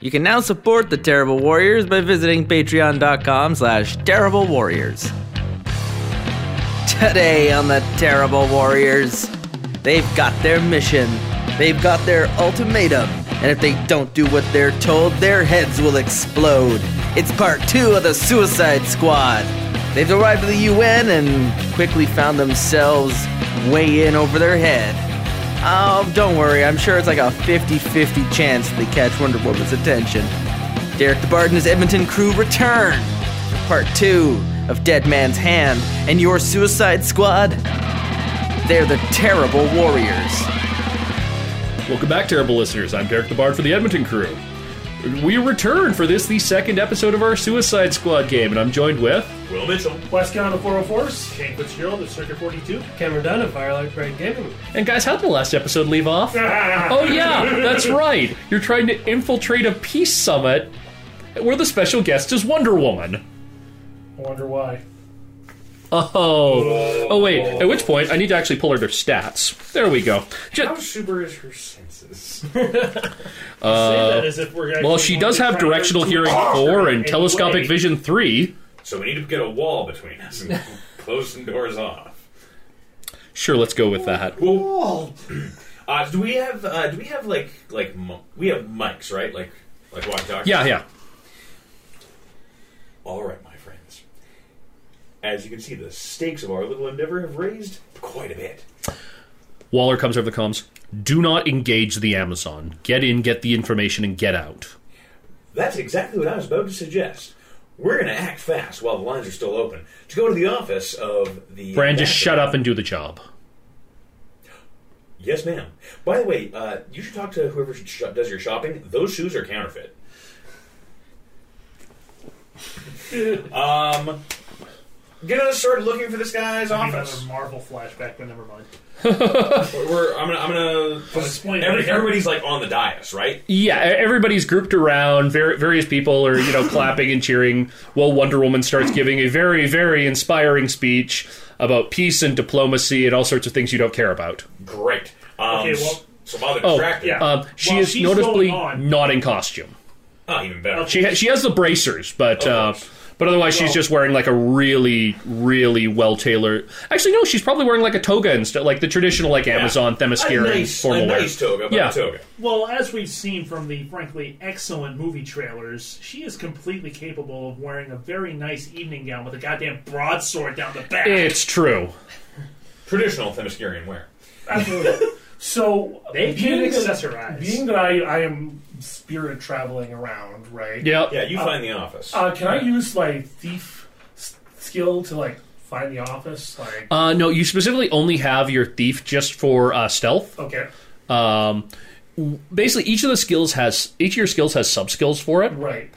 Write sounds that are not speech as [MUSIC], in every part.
You can now support the Terrible Warriors by visiting patreon.com slash terrible warriors. Today on the Terrible Warriors, they've got their mission, they've got their ultimatum, and if they don't do what they're told, their heads will explode. It's part two of the Suicide Squad. They've arrived at the UN and quickly found themselves way in over their head. Oh, don't worry. I'm sure it's like a 50 50 chance they catch Wonder Woman's attention. Derek the Bard and his Edmonton crew return for part two of Dead Man's Hand and your Suicide Squad. They're the terrible warriors. Welcome back, terrible listeners. I'm Derek the Bard for the Edmonton crew. We return for this, the second episode of our Suicide Squad game, and I'm joined with. Will Mitchell. West Canada 404s, Shane Fitzgerald of Circuit 42. Cameron Dunn of Firelight Pride Gaming. And guys, how'd the last episode leave [LAUGHS] off? oh, yeah, that's right. You're trying to infiltrate a peace summit where the special guest is Wonder Woman. I wonder why. Oh. Oh, wait. At which point, I need to actually pull her their stats. There we go. Ju- How super is her senses? Say that as if we're actually Uh, well, she going does to have try to- directional to hearing harm her 4 in and any telescopic way. vision 3. So we need to get a wall between us and close some doors off. Sure, let's go with that. Wall. Uh, do we have? Uh, do we have like like m- we have mics right? Like like walkie talkies. Yeah, yeah. All right, my friends. As you can see, the stakes of our little endeavor have raised quite a bit. Waller comes over the comms. Do not engage the Amazon. Get in, get the information, and get out. That's exactly what I was about to suggest. We're going to act fast while the lines are still open to go to the office of the. Bran, just shut up. up and do the job. Yes, ma'am. By the way, uh, you should talk to whoever sh- does your shopping. Those shoes are counterfeit. um, get us started looking for this guy's Another office. Marvel flashback, but never mind. We're, we're- I'm gonna. I'm gonna explain every- later. everybody's like on the dais, right? Yeah, e- everybody's grouped around. Var- various people are, you know, [LAUGHS] clapping and cheering. While Wonder Woman starts giving a very, very inspiring speech about peace and diplomacy and all sorts of things you don't care about. Great. Um, Okay, well- so by the Oh, distracted. yeah. Um, she While is she's noticeably going on- not in costume. Oh, even better. She ha- she has the bracers, but uh, course. but otherwise she's just wearing like a really, really well tailored. Actually, no, she's probably wearing like a toga and stuff, like the traditional like Amazon a themyscira nice, formal a wear. nice toga, but Yeah. a toga. Well, as we've seen from the frankly excellent movie trailers, she is completely capable of wearing a very nice evening gown with a goddamn broadsword down the back. [LAUGHS] It's true. Traditional Themyscirian wear. Absolutely. so They can being that- accessorize. Being that I, I am spirit traveling around, right? Yep. Yeah, you find the office. Uh, can I use like thief s- skill to like find the office? Like Uh, no, you specifically only have your thief just for uh, stealth. okay, Um, w- basically, each of the skills has each of your skills has sub skills for it, right,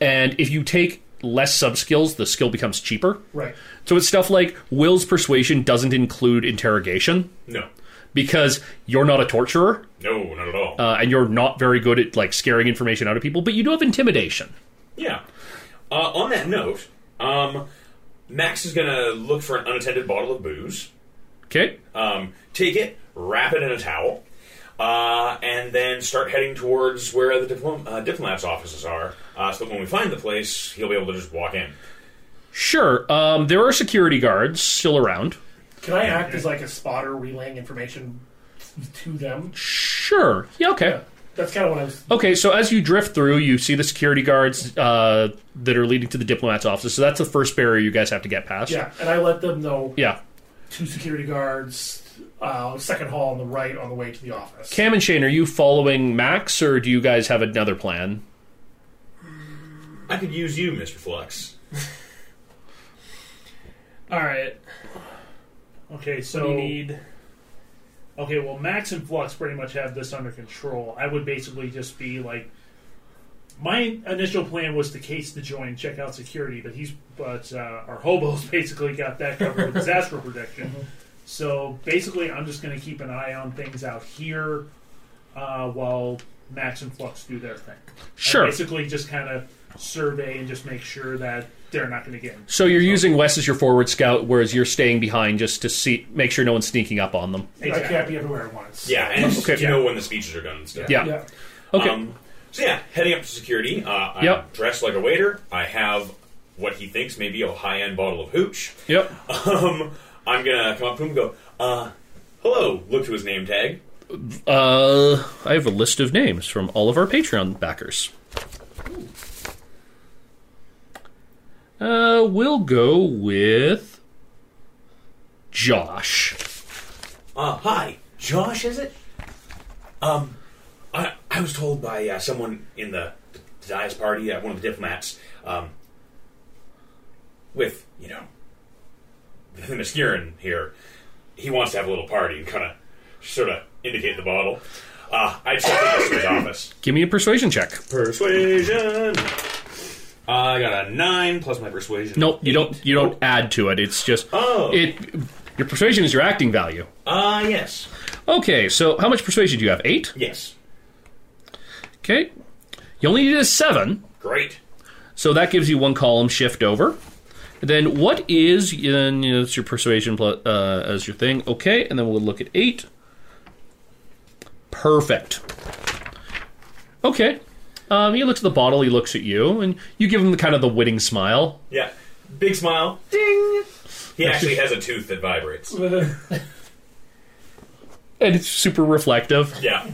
and if you take less sub skills, the skill becomes cheaper. right. So it's stuff like Will's persuasion doesn't include interrogation no, because you're not a torturer. no, not at all. uh, and you're not very good at like scaring information out of people, but you do have intimidation. Yeah. Uh, on that note, um, Max is going to look for an unattended bottle of booze, Okay. um, take it, wrap it in a towel, uh, and then start heading towards where the diplom- uh, diplomat's offices are. Uh, so that when we find the place, he'll be able to just walk in. Sure. Um, there are security guards still around. Can I act as like a spotter relaying information to them? Sure. Yeah. Okay. That's kind of what I was. Okay. So as you drift through, you see the security guards uh, that are leading to the diplomat's office. So that's the first barrier you guys have to get past. Yeah, and I let them know Yeah. two security guards, uh, second hall on the right on the way to the office. Cam and Shane, are you following Max, or do you guys have another plan? I could use you, Mr. Flux. Alright, Okay, so so we need. okay, well, Max and Flux pretty much have this under control. I would basically just be like, my initial plan was to case the joint, check out security, but he's but uh, our hobos [LAUGHS] basically got that covered with disaster protection. So basically, I'm just going to keep an eye on things out here uh, while Max and Flux do their thing. And Sure. basically, just kind of survey and just make sure that they're not going to get in. So you're using Wes as your forward scout, whereas you're staying behind just to see, make sure no one's sneaking up on them. I can't be everywhere at once. Yeah, and [LAUGHS] Okay. you know when the speeches are done and stuff. Yeah. Yeah. Okay. Um, So yeah, heading up to security. Uh, I'm Yep. dressed like a waiter. I have what he thinks may be a high-end bottle of hooch. Yep. Um, I'm gonna come up to him and go, uh, "Hello." Look to his name tag. Uh, I have a list of names from all of our Patreon backers. Uh, we'll go with Josh. Uh, hi, Josh, is it? Um, I, I was told by uh, someone in the, the Dias party, uh, one of the diplomats, um, with, you know, the Mascurin here, he wants to have a little party and kind of sort of indicate the bottle. Uh, I just have to go to his office. Give me a persuasion check. Persuasion! Uh, I got a 9 plus my persuasion. Nope, you don't. You don't add to it. It's just Oh. it. Your persuasion is your acting value. Uh, yes. Okay, so how much persuasion do you have? Eight. Yes. Okay, you only need a seven, Great. so that gives you one column shift over. Then what is and, you know, it's your persuasion plus, uh, as your thing? Okay, and then we'll look at eight. Perfect. Okay, um, he looks at the bottle. He looks at you, and you give him the kind of the winning smile. Yeah. Big smile. Ding! He actually has a tooth that vibrates. And it's super reflective. Yeah.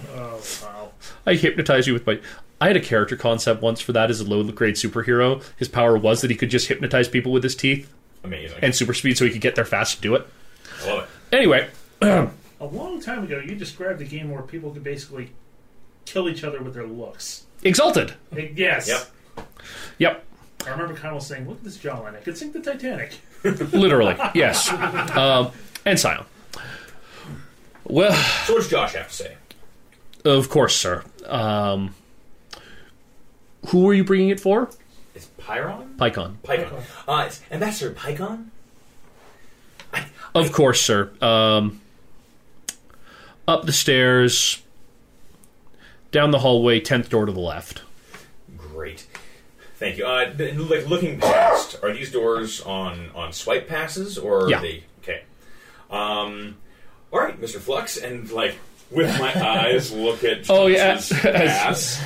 I hypnotize you with my. I had a character concept once for that as a low grade superhero. His power was that he could just hypnotize people with his teeth Amazing. and super speed so he could get there fast to do it. I love it. Anyway, A long time ago, you described a game where people could basically kill each other with their looks. exalted. Eh, yes. Yep. Yep, I remember Connell saying, "Look at this jawline. I could sink the Titanic." literally. Yes. Um, and Sion. Well, So what does Josh have to say? of course, sir. Um, who are you bringing it for? It's Pyron? PyCon. Pycon. Uh, it's Ambassador Pycon? Of course, sir. Um, up the stairs, down the hallway, 10th door to the left. [LAUGHS] Great. Thank you. Uh, th- like looking past, are these doors on, on swipe passes or are Yeah. they okay? Um, all right, Mr. Flux, and like with my [LAUGHS] eyes, look at Josh's Oh, yeah. [LAUGHS] ass.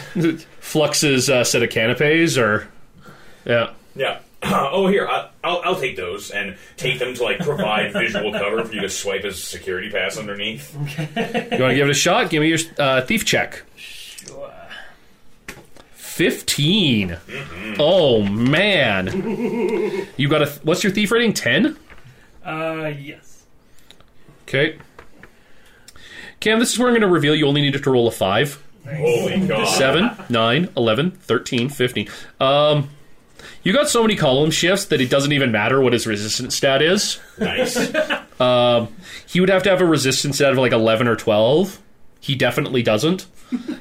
Flux's uh, set of canapes, or yeah, Yeah. [CLEARS THROAT] oh, here I, I'll I'll take those and take them to like provide visual cover for you to swipe his security pass underneath. you want to give it a shot? Give me your uh, thief check. Fifteen. Oh man, you got a what's your thief rating? Ten. Uh, yes. Okay. Cam, this is where I'm going to reveal you only needed to roll a 5, Holy God! 7, 9, 11, 13, 15. Um, you got so many column shifts that it doesn't even matter what his resistance stat is. Nice. he would have to have a resistance out of like 11 or 12 he definitely doesn't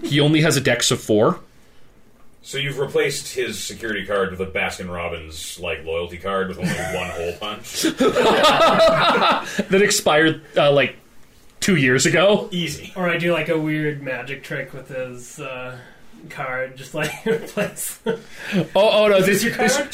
he only has a dex of four So you've replaced his security card with a Baskin Robbins like loyalty card with only one hole punch. that expired uh, like two years ago Easy. Or I do like a weird magic trick with his uh, card, just like [LAUGHS] replace. oh, oh no this your this card?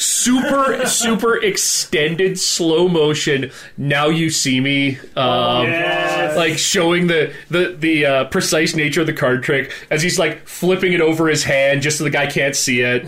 [LAUGHS] super super extended slow motion now you see me um, yes. like showing the the, the uh, precise nature of the card trick as he's like flipping it over his hand just so the guy can't see it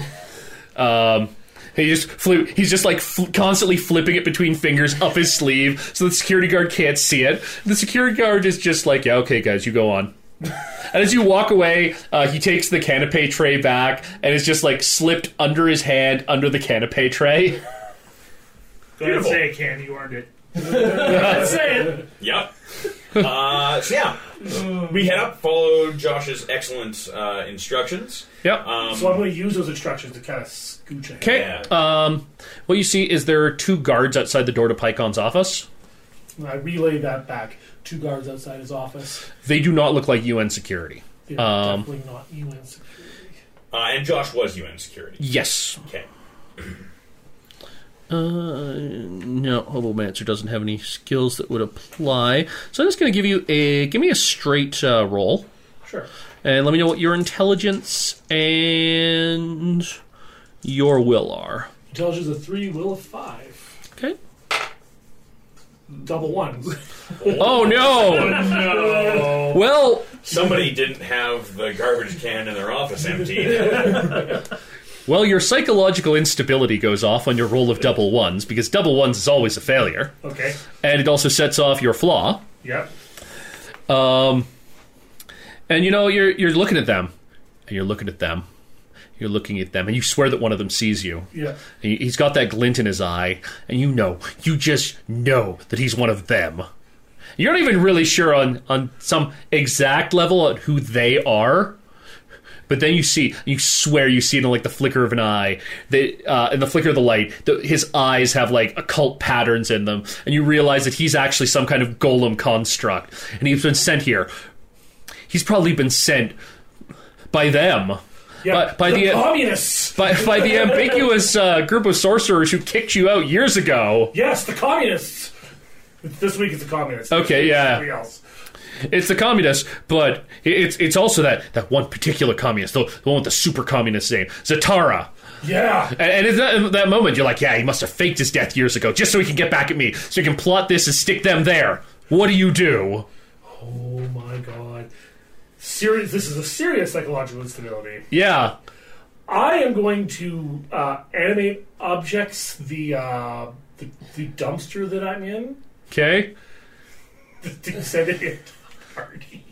um he just flew, he's just like fl- constantly flipping it between fingers up his sleeve so the security guard can't see it the security guard is just like yeah okay guys you go on [LAUGHS] and as you walk away uh, he takes the canape tray back and it's just like slipped under his hand under the canape tray Go ahead and Beautiful. say it, Cam. You earned [LAUGHS] it. Yep. Uh, so yeah, we head up, follow Josh's excellent uh, instructions. yep um, So I'm going to use those instructions to kind of scooch ahead. okay Yeah. um, what you see is there are two guards outside the door to pycon's office And I relay that back. Two guards outside his office. They do not look like UN security. They're Um, definitely not UN security. Uh, and Josh was UN security. Yes. Okay. No, Hobomancer doesn't have any skills that would apply. So I'm just going to give you a give me a straight uh, roll, Sure. and let me know what your intelligence and your will are. Intelligence of three, will of five. Okay. [LAUGHS] double ones. Oh no! No. Well, Somebody didn't have the garbage can in their office emptied. well, your psychological instability goes off on your roll of double ones because double ones is always a failure, Okay. and it also sets off your flaw. Yep. And you know, you're you're looking at them, and you're looking at them, you're looking at them, and you swear that one of them sees you. Yeah. He- He's got that glint in his eye, and you know, you just know that he's one of them. You're not even really sure on, on some exact level on who they are, but then you see, you swear you see it in like the flicker of an eye, that uh, in the flicker of the light, the, his eyes have like occult patterns in them, and you realize that he's actually some kind of golem construct, and he's been sent here. He's probably been sent by them. Yeah. By, by the the communists. by, by the ambiguous uh, group of sorcerers who kicked you out years ago. [LAUGHS] Yes, the communists. This week it's the communists. Next Okay, week it's yeah. Somebody else. It's the communists, but it- it's it's also that, that one particular communist, the, the one with the super communist name, Zatara. Yeah. And, and in that, in that moment, you're like, yeah, he must have faked his death years ago just so he can get back at me, so he can plot this and stick them there. What do you do? Oh my god. Serious. This is a serious psychological instability. Yeah. I am going to uh, animate objects. The, uh, the the dumpster that I'm in. [LAUGHS] Okay. to send it in to Hardy.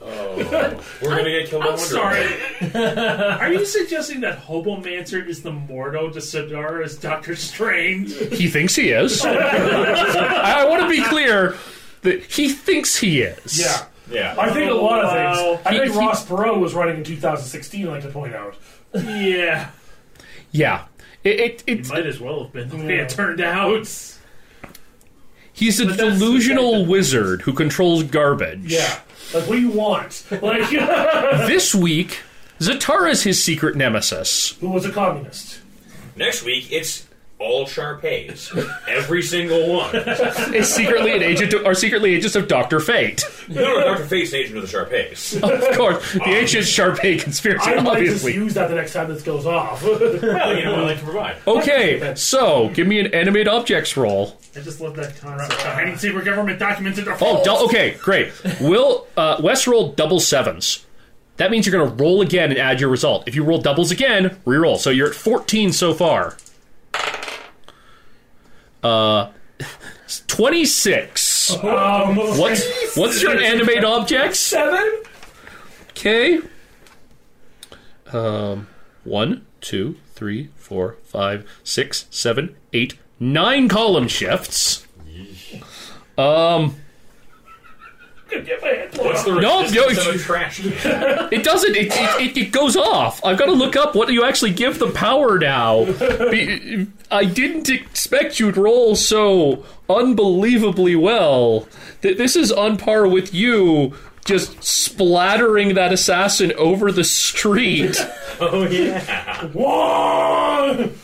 We're gonna get killed. I'm on Wonder sorry. Woman. [LAUGHS] Are you suggesting that Hobomancer is the Mordo to Sidara's Doctor Strange? He thinks he is. I, want to be clear that he thinks he is. Yeah. Yeah. I think a lot of Wow. things. I He- think he- Ross Perot was running in 2016, I like to point out. yeah. Yeah. It, it, It it's might as well have been the way it turned out. He's a that's the delusional fact that- wizard who controls garbage. Yeah. Like, what do you want? [LAUGHS] Like, [LAUGHS] This week, Zatara's his secret nemesis. who was a communist? Next week it's all Sharpays. [LAUGHS] Every single one. No, Is secretly an agent or secretly agents of Doctor Fate. no, Doctor Fate's an agent of [LAUGHS] the Sharpays. Of course, the ancient Sharpay conspiracy, I might just obviously. use that the next time this goes [LAUGHS] off. Well, you know what I like to provide. Oh, Okay, so give me an animate objects roll. I just love that concept. Hiding secret government documents in their Oh, dou- okay, great. Will uh, Wes roll double sevens? That means you're going to roll again and add your result. If you roll doubles again, re-roll. So you're at 14 so far. Uh, 26. um, What's what's your animate objects? [LAUGHS] Seven? Okay. Um, one, two, three, four, five, six, seven, eight, nine column shifts. What's the No, resistance no, of a trash can? It doesn't. It, it, it, it goes off. I've got to look up what you actually give the power now. Be- I didn't expect you'd roll so unbelievably well. Th- This is on par with you just splattering that assassin over the street. [LAUGHS] Oh yeah. One!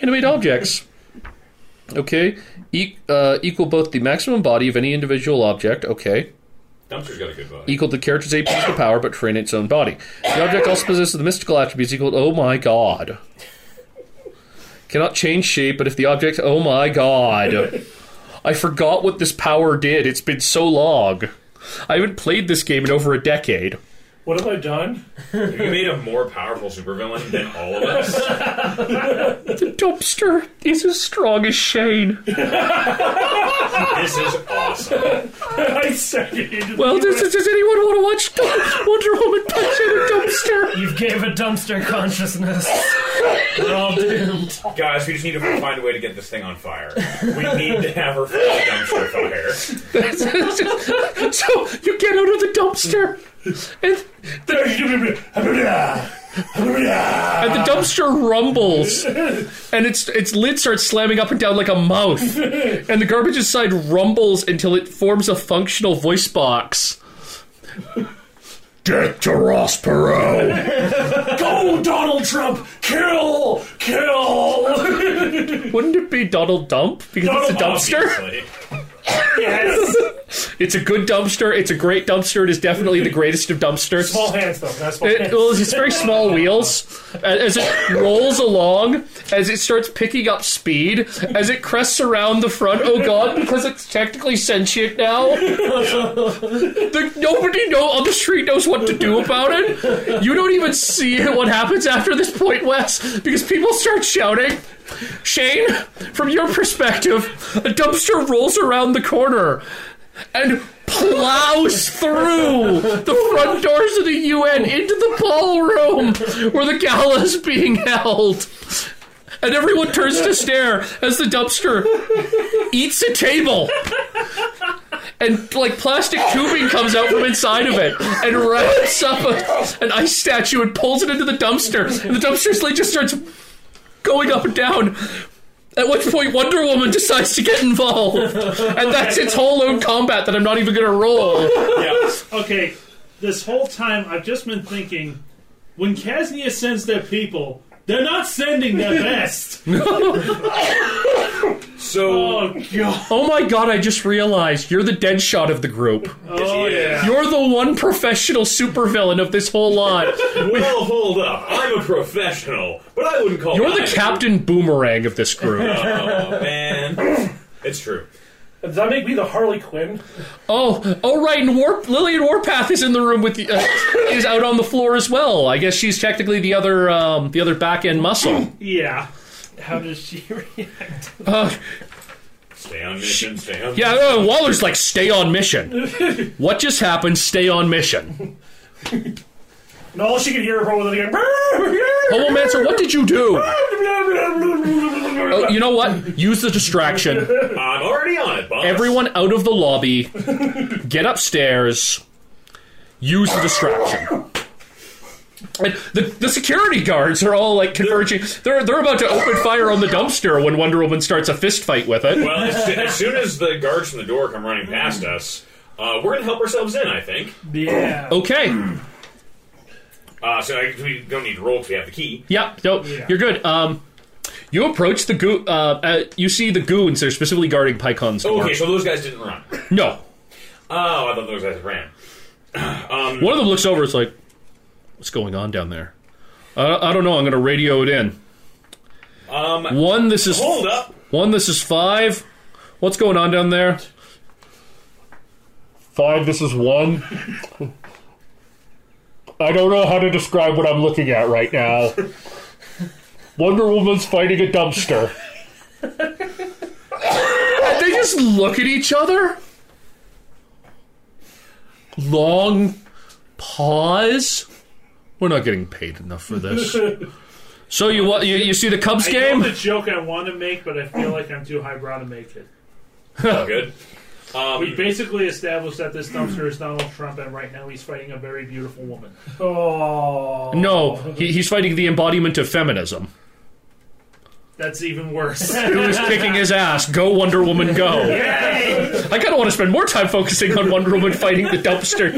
animate objects. Okay, e- uh, equal both the maximum body of any individual object. Okay, Dumpster's got a good body. equal the character's AP to power, but train its own body. The object also possesses the mystical attributes equal. Oh my god! Cannot change shape, but if the object. Oh my god! I forgot what this power did. It's been so long. I haven't played this game in over a decade. What have I done? [LAUGHS] You made a more powerful supervillain than all of [LAUGHS] us. Dumpster is as strong as Shane. This is awesome. I said it into Well, does, does anyone want to watch Dum- Wonder Woman punch in a dumpster? [LAUGHS] You gave a dumpster consciousness. We're all doomed. Guys, we just need to find a way to get this thing on fire. We need to have her fall dumpster fire. so you get out of the dumpster, and and the dumpster rumbles, and its its lid starts slamming up and down like a mouth, and the garbage inside rumbles until it forms a functional voice box. Get to Ross Perot. Go, Oh, Donald Trump! Kill! Kill! [LAUGHS] Wouldn't it be Donald Dump because it's a dumpster? Obviously. yes! It's a good dumpster. It's a great dumpster. It is definitely the greatest of dumpsters. Small hands, though. That's small It, hands. well, it's very small wheels. A- As it rolls along, as it starts picking up speed, as it crests around the front, oh god, because it's technically sentient now. The, nobody know on the street knows what to do about it. You don't even see what happens after this point, Wes, because people start shouting. Shane, from your perspective, a dumpster rolls around the corner and plows through the front doors of the UN into the ballroom where the gala is being held. And everyone turns to stare as the dumpster eats a table. And like plastic tubing comes out from inside of it and wraps up a, an ice statue and pulls it into the dumpster. And the dumpster slowly just starts going up and down. At which point, Wonder Woman decides to get involved, and that's its whole own combat that I'm not even going to roll. Yeah. Okay, this whole time I've just been thinking when Casnia sends their people, they're not [LAUGHS] sending their best. So oh, God. Oh my god! I just realized you're the dead shot of the group. Oh, yeah. You're the one professional supervillain of this whole lot. well, hold up. I'm a professional, but I wouldn't call. You're the mine- Captain Boomerang of this group. Oh man, it's true. Does that make me the Harley Quinn? Oh, oh right, and Warp Lillian Warpath is in the room with the uh, is out on the floor as well. I guess she's technically the other um, the other back end muscle. Yeah. How does [LAUGHS] she react? Uh, Stay on mission. Stay on. Yeah, uh, Waller's like, stay on mission. what just happened? Stay on mission. And all she could hear from was again. Oh, Homomancer, what did you do? Oh, you know what? Use the distraction. I'm already on it, boss. Everyone out of the lobby. Get upstairs. Use the distraction. And the, the security guards are all like converging. They're they're about to open fire on the dumpster when Wonder Woman starts a fist fight with it. Well, as, as soon as the guards from the door come running past us, uh, we're gonna help ourselves in. I think. Yeah. Okay. Uh, so I, we don't need to roll because we have the key. Yeah, no, you're good. Um, you approach the goo. Uh, uh, you see the goons. They're specifically guarding Pycon's door. Oh, Okay, so those guys didn't run. No, Oh, I thought those guys ran. one of them looks over. It's like, what's going on down there? Uh, I don't know. I'm going to radio it in. Um, one, this is Hold up. one. This is five. What's going on down there? Five. This is one. I don't know how to describe what I'm looking at right now. Wonder Woman's fighting a dumpster. they just look at each other. Long pause. We're not getting paid enough for [LAUGHS] this. So you wa- you, you see the Cubs I know game? the joke I want to make, but I feel like I'm too highbrow to make it. All good. We basically established that this dumpster is Donald Trump, and right now he's fighting a very beautiful woman. Oh. No, he, he's fighting the embodiment of feminism. That's [LAUGHS] even worse. [LAUGHS] Who's kicking his ass? Go Wonder Woman, go! I kind of want to spend more time focusing on Wonder Woman fighting the dumpster,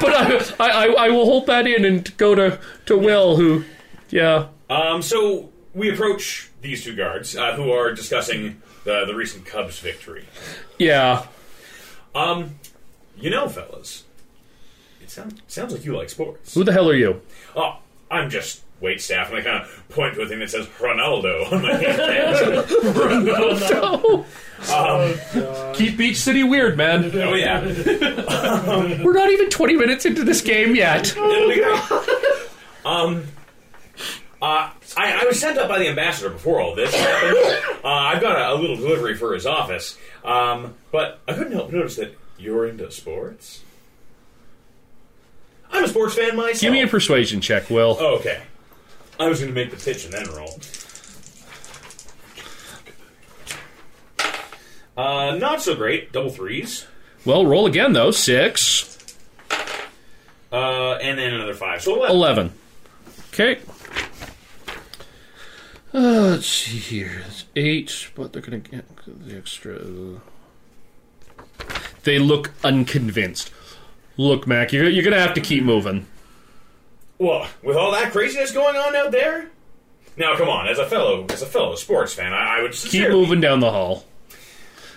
but I, I I will hold that in and go to to Will, who, yeah, Um, so we approach these two guards uh, who are discussing the, the recent Cubs victory. yeah. Um, you know, fellas, it sound, sounds like you like sports. Who the hell are you? Oh, I'm just wait staff, and I kind of point to a thing that says Ronaldo on my hand. No. Keep Beach City weird, man. oh yeah. We're not even 20 minutes into this game yet. It'll be great. um, uh, I, I was sent up by the ambassador before all this happened. Uh, I've got a, a little delivery for his office, um, but I couldn't help but notice that you're into sports. I'm a sports fan myself. Give me a persuasion check, Will. oh, okay. I was going to make the pitch and then roll. Uh, not so great. Double threes. Well, roll again though. Six, Uh, and then another five. So 11. eleven. Okay. Uh, let's see here. It's eight, but they're gonna get the extra. They look unconvinced. Look, Mac, you're, you're gonna have to keep moving. Well, with all that craziness going on out there, now come on, as a fellow, as a fellow sports fan, I, I would Keep sincerely, moving down the hall.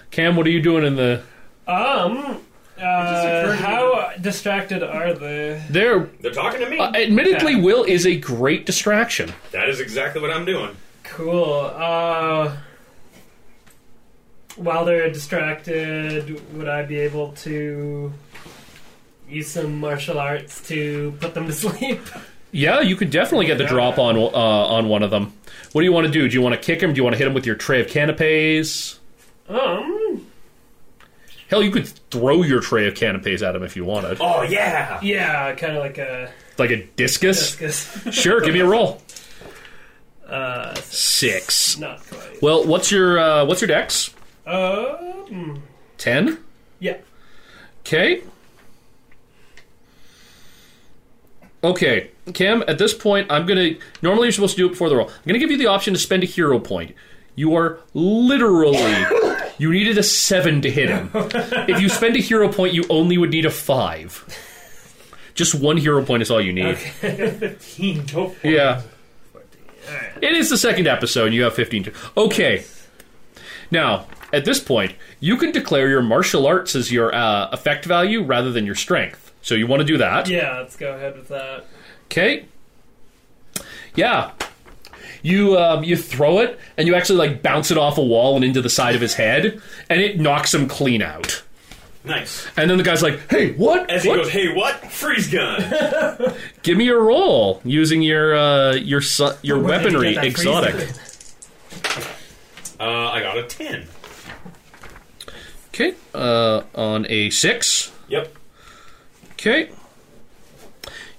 Cam, what are you doing in the? Um, Uh, how distracted are they? There, They're talking to me. uh, admittedly, Will is a great distraction. that is exactly what I'm doing. Cool. Uh, while they're distracted, would I be able to use some martial arts to put them to [LAUGHS] sleep? Yeah, you could definitely get the drop on uh, on one of them. What do you want to do? Do you want to kick him? Do you want to hit him with your tray of canapes? Um. Hell, you could throw your tray of canapes at him if you wanted, Oh yeah. Yeah, kind of like a like a discus. discus. [LAUGHS] Sure, give me a roll. Uh, it's Six. not quite. Well, what's your uh, what's your dex? Um. Ten. Yeah. Okay. Okay, Cam, at this point, I'm going to. Normally, you're supposed to do it before the roll. I'm going to give you the option to spend a hero point. You are literally. you needed a seven to hit him. if you spend a hero point, you only would need a five. Just one hero point is all you need. Fifteen. Go for it. Yeah. It is the second episode. You have 15. To- okay. Now, at this point, you can declare your martial arts as your uh, effect value rather than your strength. So you want to do that. Yeah, let's go ahead with that. Okay. Yeah. You um, you throw it and you actually like bounce it off a wall and into the side of his head and it knocks him clean out. Nice. And then the guy's like, "Hey, what? As he what? goes, hey, what? Freeze [LAUGHS] gun. Give me a roll using your uh, your su- your Where did you weaponry get that exotic." freezer? uh, I got a ten. Okay. Uh, on a six. Yep. Okay.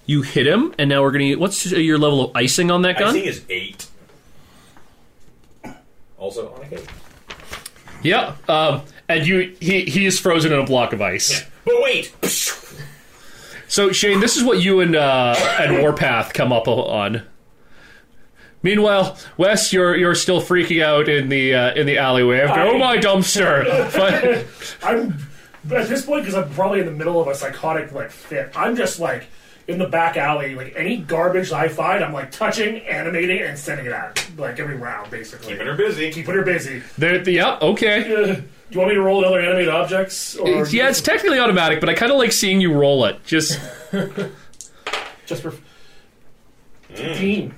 You hit him, and now we're gonna. What's your level of icing on that I gun? think is eight. Also on a cake. Yeah. Um, and you, he, he is frozen in a block of ice. But wait. So Shane, this is what you and uh, and Warpath come up on. Meanwhile, Wes, you're you're still freaking out in the uh, in the alleyway after. oh my dumpster! But- I'm but at this point because I'm probably in the middle of a psychotic like fit. I'm just like in the back alley, like any garbage I find, I'm like touching, animating, and sending it out like every round, basically. Keeping her busy. Keeping her busy. there- yeah, okay. Uh, do you want me to roll another animated objects? Or It's- yeah, it's technically automatic, but I kind of like seeing you roll it. Just just for Mm. fifteen.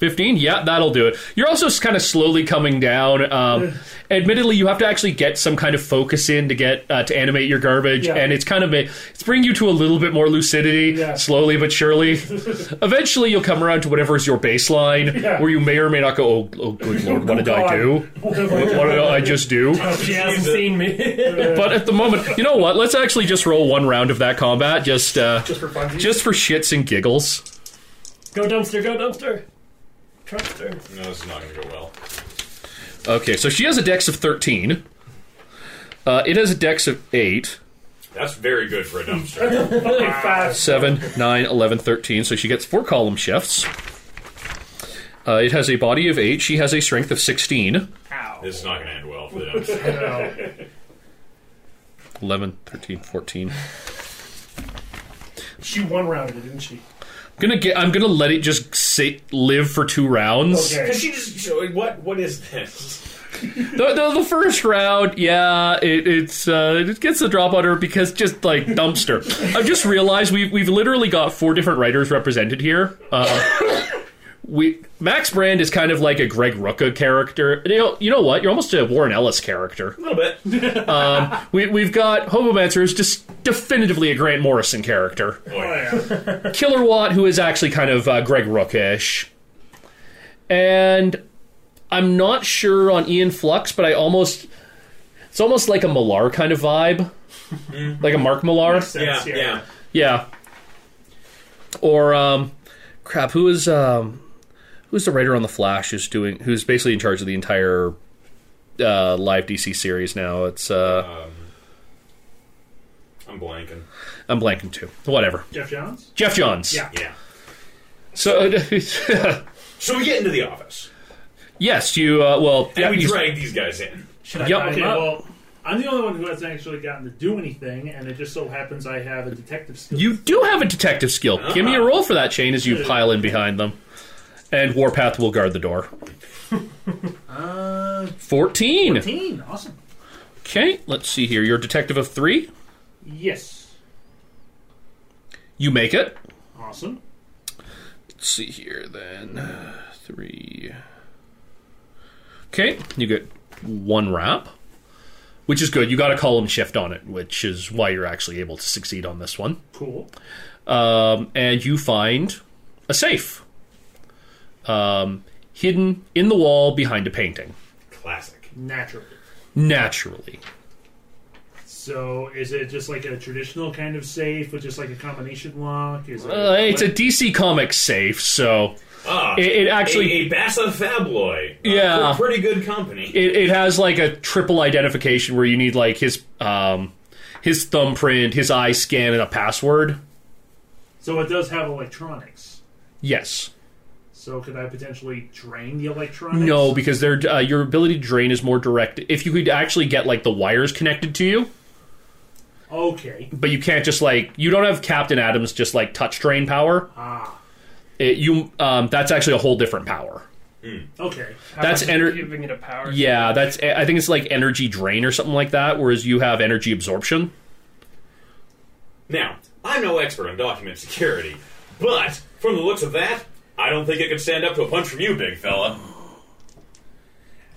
15 yeah that'll do it you're also kind of slowly coming down um, admittedly you have to actually get some kind of focus in to get uh, to animate your garbage Yeah. and it's kind of a, it's bringing you to a little bit more lucidity Yeah. slowly but [LAUGHS] surely eventually you'll come around to whatever is your baseline Yeah. where you may or may not go oh, oh [LAUGHS] good lord what did i God. do What have I done? what did i just do [LAUGHS] Oh, She hasn't seen [LAUGHS] me. but at the moment you know what let's actually just roll one round of that combat just uh, Just for fun. just for shits and giggles go dumpster, go dumpster. Trumpster. No, this is not going to go well. Okay, so she has a dex of 13. Uh, it has a dex of 8, That's very good for a [LAUGHS] dumpster. Fucking fast. 7, 9, 11, 13. So she gets four column shifts. Uh, it has a body of 8. She has a strength of 16. this is not going to end well for the [LAUGHS] dumpster. No. 11, 13, 14. She one rounded it, didn't she? Gonna get, I'm gonna let it just sit, live for two rounds. Okay. Because she just she- what what is this? The, the, the first round, yeah, it, it's uh, it gets the drop on her because just like dumpster. I've just realized we've we've literally got four different writers represented here. Uh, we Max Brand is kind of like a Greg Rucka character. You know, you know what? You're almost a Warren Ellis character. A little bit. We, we've got Hobomancer is just definitively a Grant Morrison character. [LAUGHS] Oh, yeah. [LAUGHS] Killer Watt, who is actually kind of uh, Greg Rookish. And I'm not sure on Ian Flux, but I almost. It's almost like a Millar kind of vibe. like a Mark Millar. Yeah, Sense, yeah. Yeah. Or, um. Crap, who is, um. Who's the writer on The Flash who's doing. Who's basically in charge of the entire. Uh, live DC series now. It's uh, I'm blanking. I'm blanking too. Whatever. Jeff Johns. Jeff Johns. Yeah. Yeah. So [LAUGHS] So we get into the office yes, you. Uh, well, and we you- drag these guys in. Should I Yup. tie Okay, him up? well, I'm the only one who hasn't actually gotten to do anything, and it just so happens I have a detective skill. You do have a detective skill. Give me a roll for that, Shane, as you pile in behind them. And Warpath will guard the door. 14. 15. Awesome. Okay, let's see here. You're a detective of three. Yes. You make it. Awesome. Let's see here then. Uh, Three. Okay, you get one wrap, which is good. You got a column shift on it, which is why you're actually able to succeed on this one. Cool. Um, and you find a safe um, hidden in the wall behind a painting, Classic. Naturally. naturally. So is it just like a traditional kind of safe with just like a combination lock? Is it Uh, it's a DC Comics safe, so Ah, it, it actually a, a Bassa Fabloy. Uh, Yeah. pre- pretty good company. it, it has like a triple identification where you need like his um his thumbprint, his eye scan, and a password. so it does have electronics. Yes. So could I potentially drain the electronics? No, because their uh, your ability to drain is more direct. If you could actually get like the wires connected to you, Okay. but you can't just like you don't have Captain Adams just like touch drain power. Ah. It, you um, that's actually a whole different power. Okay. That's energy. giving it a power. Yeah, that's I think it's like energy drain or something like that. Whereas you have energy absorption. Now, I'm no expert on document security, but from the looks of that, I don't think it could stand up to a punch from you, big fella.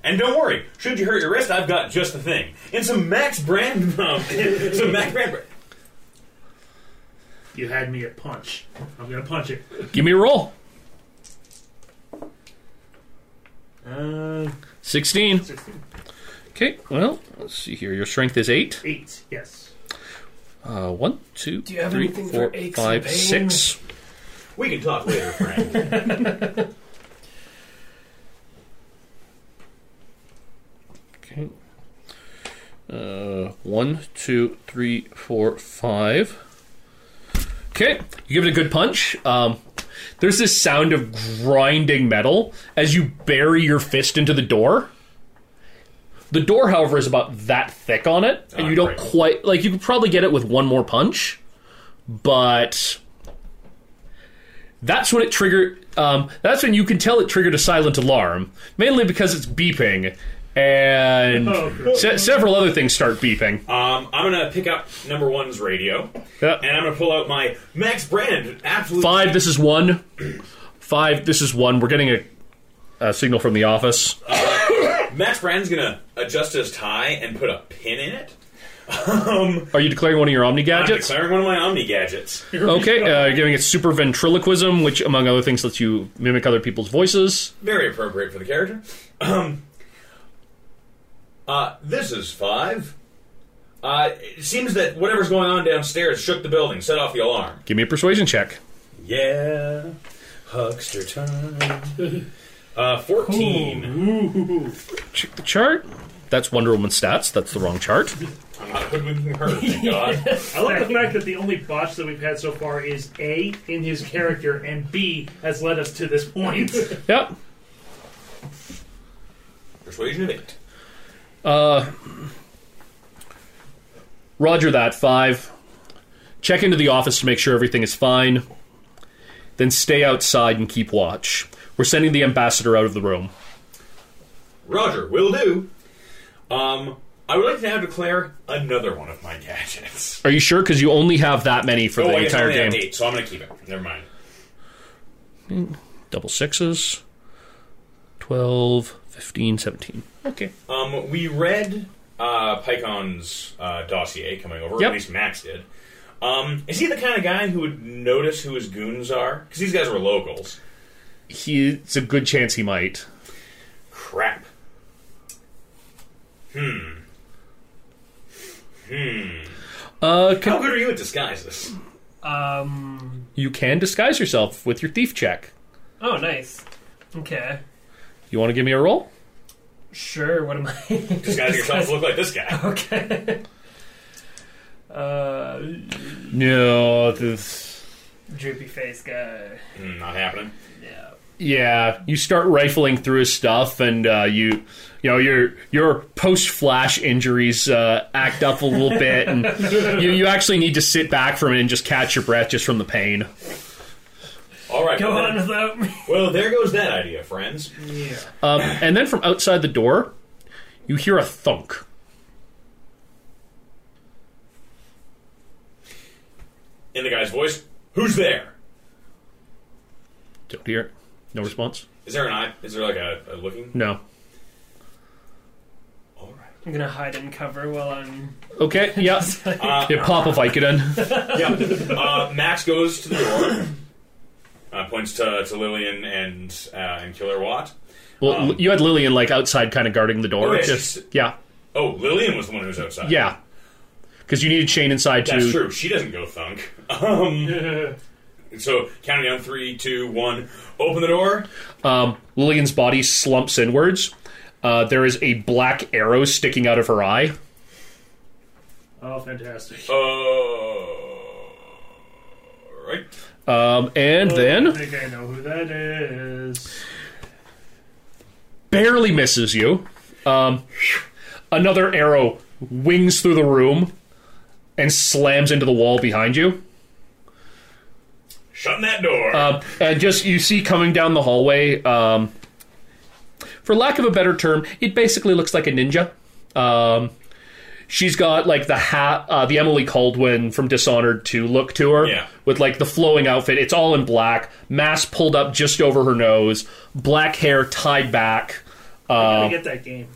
And don't worry, should you hurt your wrist, I've got just the thing. And some Max Brand, [LAUGHS] um, some Max Brand. You had me at punch. I'm gonna punch it. Give me a roll. Uh, Sixteen. 16. Okay, well, let's see here. Your strength is eight. Eight. Yes. Uh, one, two, you have three, anything four, for aches five, and pains? six. We can talk later, Frank. Okay. Uh, one, two, three, four, five. Okay, you give it a good punch. Um, there's this sound of grinding metal as you bury your fist into the door. The door, however, is about that thick on it, and Ah, you don't great. quite like. You could probably get it with one more punch, but that's when it triggered. Um, that's when you can tell it triggered a silent alarm, mainly because it's beeping, and Oh, good. se- several other things start beeping. um, I'm gonna pick up number one's radio, Yeah. and I'm gonna pull out my Max Brand absolute Five, this is one. Five, this is one. We're getting a, a signal from the office. Max Brand's gonna adjust his tie and put a pin in it. Are you declaring one of your Omni I'm gadgets? declaring one of my Omni gadgets. Okay, uh, you're giving it super ventriloquism, which, among other things, lets you mimic other people's voices. Very appropriate for the character. Um, uh, this is five. Uh, it seems that whatever's going on downstairs shook the building, set off the alarm. Give me a persuasion check. Yeah, huckster time. Uh, fourteen. Check the chart. That's Wonder Woman stats. That's the wrong chart. I'm not hoodwinking her. Thank God. I love the fact that the only botch that we've had so far is A in his character and B has led us to this point. Yep. Persuasion of eight. Roger that. Five. Check into the office to make sure everything is fine. Then stay outside and keep watch. We're sending the ambassador out of the room. Roger, will do. Um, I would like to now declare another one of my gadgets. Are you sure? Because you only have that many for the I guess I entire only have game. eight, so I'm going to keep it. Never mind. Double sixes. 12, 15, 17. Okay. Um, we read uh, Pycon's uh, dossier coming over, or Yep. at least Max did. Um, is he the kind of guy who would notice who his goons are? Because these guys were locals. He, it's a good chance he might. Crap. Uh, How can, good are you at disguises? [LAUGHS] Um. you can disguise yourself with your thief check. Oh, nice. Okay. You want to give me a roll? Sure. What am I? Disguising yourself to look like this [LAUGHS] guy. okay. Uh, No. This... droopy face guy. Mm, not happening. Yeah. Yeah, you start rifling through his stuff, and uh, you, you know, your your post flash injuries uh, act up a little bit, [LAUGHS] and you, you actually need to sit back for a minute and just catch your breath just from the pain. All right. Go well, on then- without me. Well, there goes that idea, friends. yeah. Um, and then from outside the door, you hear a thunk. in the guy's voice, "Who's there? Don't hear it. No response. Is there an eye? Is there like a, [LAUGHS] a looking?" No. All right. I'm gonna hide and cover while I'm. [LAUGHS] Okay. Yeah. yeah pop a Vicodin. Yeah. Uh, Max goes to the door, uh, points to, to Lillian and uh, and Killer Watt. Well, l- you had Lillian like outside, kind of guarding the door. Um, Oh, yeah, Just she's- yeah, Oh, Lillian was the one who was outside. yeah. Because you needed Shane inside that's to true. She doesn't go thunk. Um, so counting down three, two, one. Open the door. Um, Lillian's body slumps inwards. Uh, there is a black arrow sticking out of her eye. Oh, fantastic. Uh, Oh, right. Um, and I then think I know who that is. barely misses you. Um, another arrow wings through the room and slams into the wall behind you. Shutting that door. Um, and just you see coming down the hallway, um, for lack of a better term, it basically looks like a ninja. Um, she's got like the hat, uh, the Emily Caldwin from Dishonored to look to her, Yeah. with like the flowing outfit. It's all in black, mask pulled up just over her nose, black hair tied back. Gotta get that game.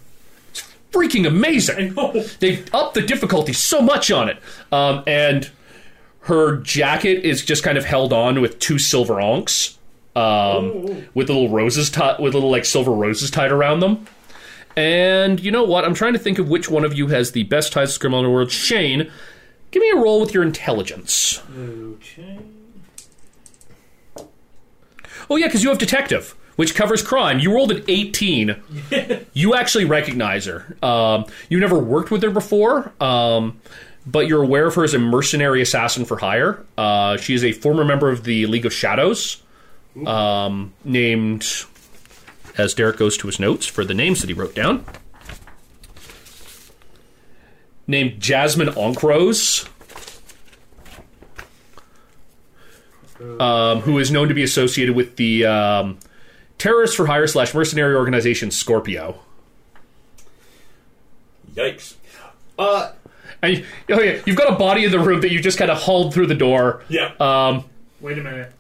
Freaking amazing! I know. they've upped the difficulty so much on it. Um, and her jacket is just kind of held on with two silver onks, um, with little roses, ti- with little like silver roses tied around them. And you know what? I'm trying to think of which one of you has the best ties to criminal in the world. Shane, give me a roll with your intelligence. Okay. Oh yeah, because you have detective, which covers crime. You rolled an eighteen. you actually recognize her. Um, you never worked with her before, um, but you're aware of her as a mercenary assassin for hire. Uh, she is a former member of the League of Shadows, um, named as Derek goes to his notes for the names that he wrote down. Named Jasmine Onkros. um, who is known to be associated with the um, terrorist for hire slash mercenary organization Scorpio. Yikes. Uh, And oh yeah, you've got a body in the room that you just kind of hauled through the door. yeah. Um, Wait a minute.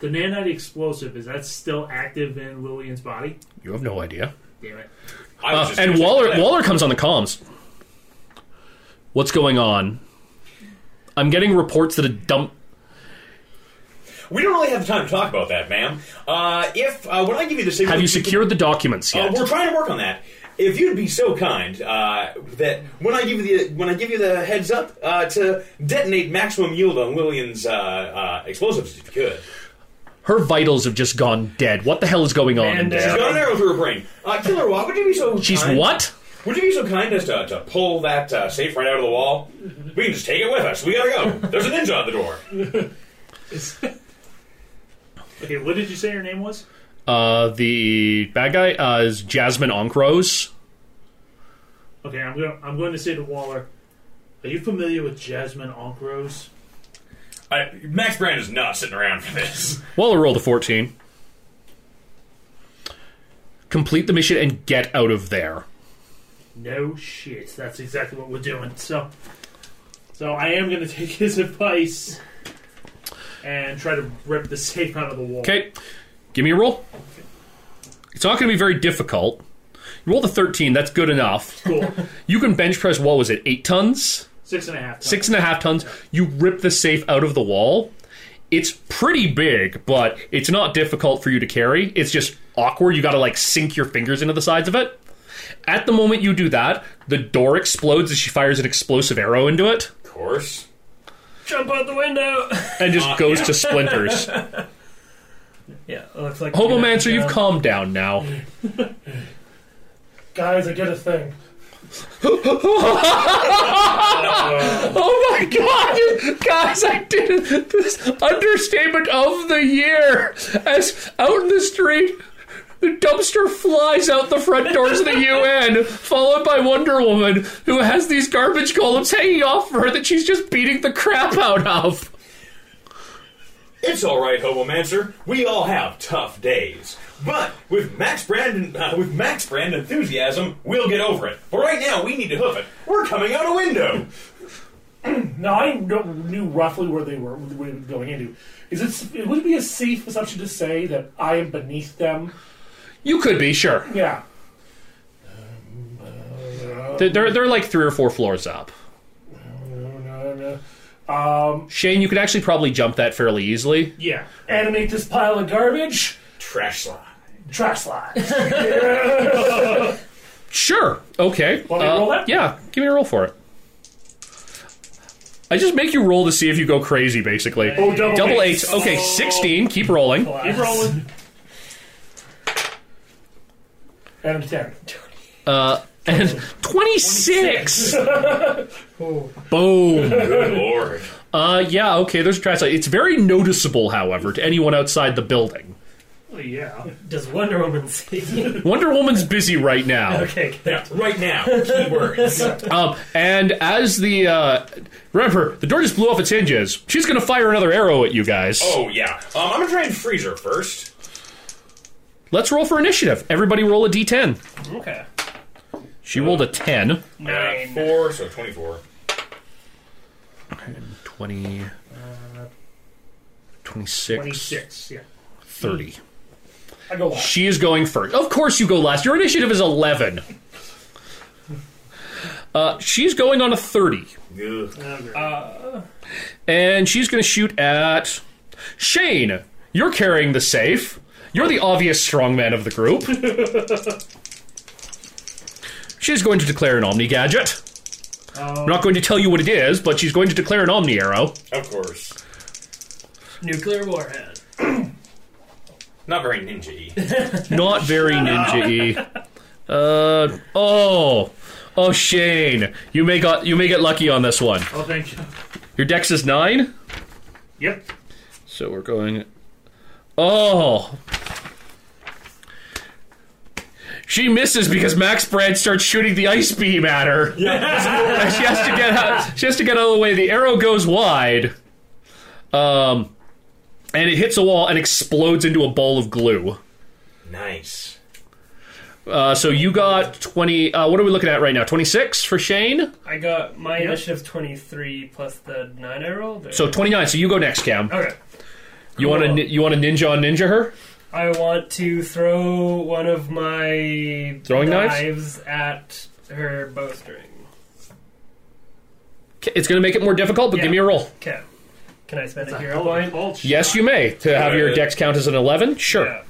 The nanite explosive, is that still active in Lillian's body? you have no idea. Damn it. I was Uh, just and gonna say Waller that. Waller comes on the comms. What's going on? I'm getting reports that a dump. We don't really have time to talk about that, ma'am. Uh, if uh, when I give you the signal, Have you that secured the documents Uh, yet? we're trying to work on that. If you'd be so kind uh, that when I give you the when I give you the heads up uh, to detonate maximum yield on Lillian's uh, uh, explosives, if you could. Her vitals have just gone dead. What the hell is going on in And, uh, She's there? got an arrow through her brain. Uh, Killer Walk, would you be so She's kind? what? Would you be so kind as to, to pull that uh, safe right out of the wall? We can just take it with us. We gotta go. There's a ninja on the door. [LAUGHS] Okay, what did you say her name was? Uh, the bad guy uh, is Jasmine Onkros. Okay, I'm going. I'm going to say to Waller, "Are you familiar with Jasmine Onkros?" I, Max Brand is not sitting around for this. Waller rolled a 14. Complete the mission and get out of there. No shit. That's exactly what we're doing. So, so I am going to [LAUGHS] take his advice and try to rip the safe out of the wall. Okay, give me a roll. It's not going to be very difficult. You rolled a 13, that's good enough. Cool. You can bench press, what was it, 8 tons? Six and a half. times. Six and a half tons. You rip the safe out of the wall. It's pretty big, but it's not difficult for you to carry. It's just awkward. You gotta like sink your fingers into the sides of it. At the moment you do that, the door explodes as she fires an explosive arrow into it. Of course. Jump out the [LAUGHS] window! and just goes to splinters. yeah, it looks like. Hobomancer, Yeah. you've calmed down now. Guys, I get a thing. Oh my god, guys! I did this understatement of the year. As out in the street, the dumpster flies out the front doors of the UN, followed by Wonder Woman, who has these garbage golems hanging off her that she's just beating the crap out of. It's all right, Hobomancer. We all have tough days, but with Max Brand uh, with Max Brand enthusiasm, we'll get over it. But right now, we need to hoof it. We're coming out a window. Now I know, knew roughly where they were where they were going into. Is it? it Would it be a safe assumption to say that I am beneath them? You could be sure. Yeah. They're- They're they're like three or four floors up. Shane, you could actually probably jump that fairly easily. Yeah. Animate this pile of garbage. Trash slide. Trash [LAUGHS] slide. Sure. Okay. Want me to Uh, roll that? Yeah. Give me a roll for it. I just make you roll to see if you go crazy, basically. Oh, double Double eight. eights. Okay, sixteen. Keep rolling. Keep rolling. Adam ten. Uh, and twenty-six. Boom. Good lord. Uh, yeah, okay, there's a trash light. It's very noticeable, however, to anyone outside the building. Well, yeah. Does Wonder Woman [LAUGHS] see? Wonder Woman's busy right now. okay. Yeah, right now. Keywords. Um, and as the, uh, remember, the door just blew off its hinges. She's gonna fire another arrow at you guys. oh yeah. Um, I'm gonna try and freeze her first. Let's roll for initiative. Everybody roll a d10. Okay. She rolled a 10. Uh, Nine. four, so twenty-four. 20. uh, 26, Twenty-six. Yeah. 30. I go last. She is going first. Of course, you go last. Your initiative is 11. Uh, she's going on a 30. Ugh. And she's going to shoot at Shane. You're carrying the safe. You're the obvious strongman of the group. she's going to declare an Omni gadget. I'm not going to tell you what it is, but she's going to declare an Omni arrow. Of course. Nuclear warhead. Not very ninja [LAUGHS] y. Not very ninja y. Uh, oh. Oh, Shane. You may, got, you may get lucky on this one. Oh, thank you. Your dex is 9, Yep. so we're going. Oh! She misses because Max Brand starts shooting the ice beam at her. And [LAUGHS] she has to get out. She has to get out of the way. The arrow goes wide, um, and it hits a wall and explodes into a ball of glue. nice. Uh, so you got twenty. Uh, what are we looking at right now? Twenty six for Shane. I got my initiative 23 plus the 9 I rolled. or- So twenty nine. So you go next, Cam. Okay. You want to you want to ninja on ninja her? I want to throw one of my Throwing knives? knives at her bowstring. K- It's going to make it more difficult, but Yeah. give me a roll. Okay. Can I spend a Hell hero of a point? bulge. Yes, you may. To have your Yeah. dex count as an 11? Sure. Uh, Yeah.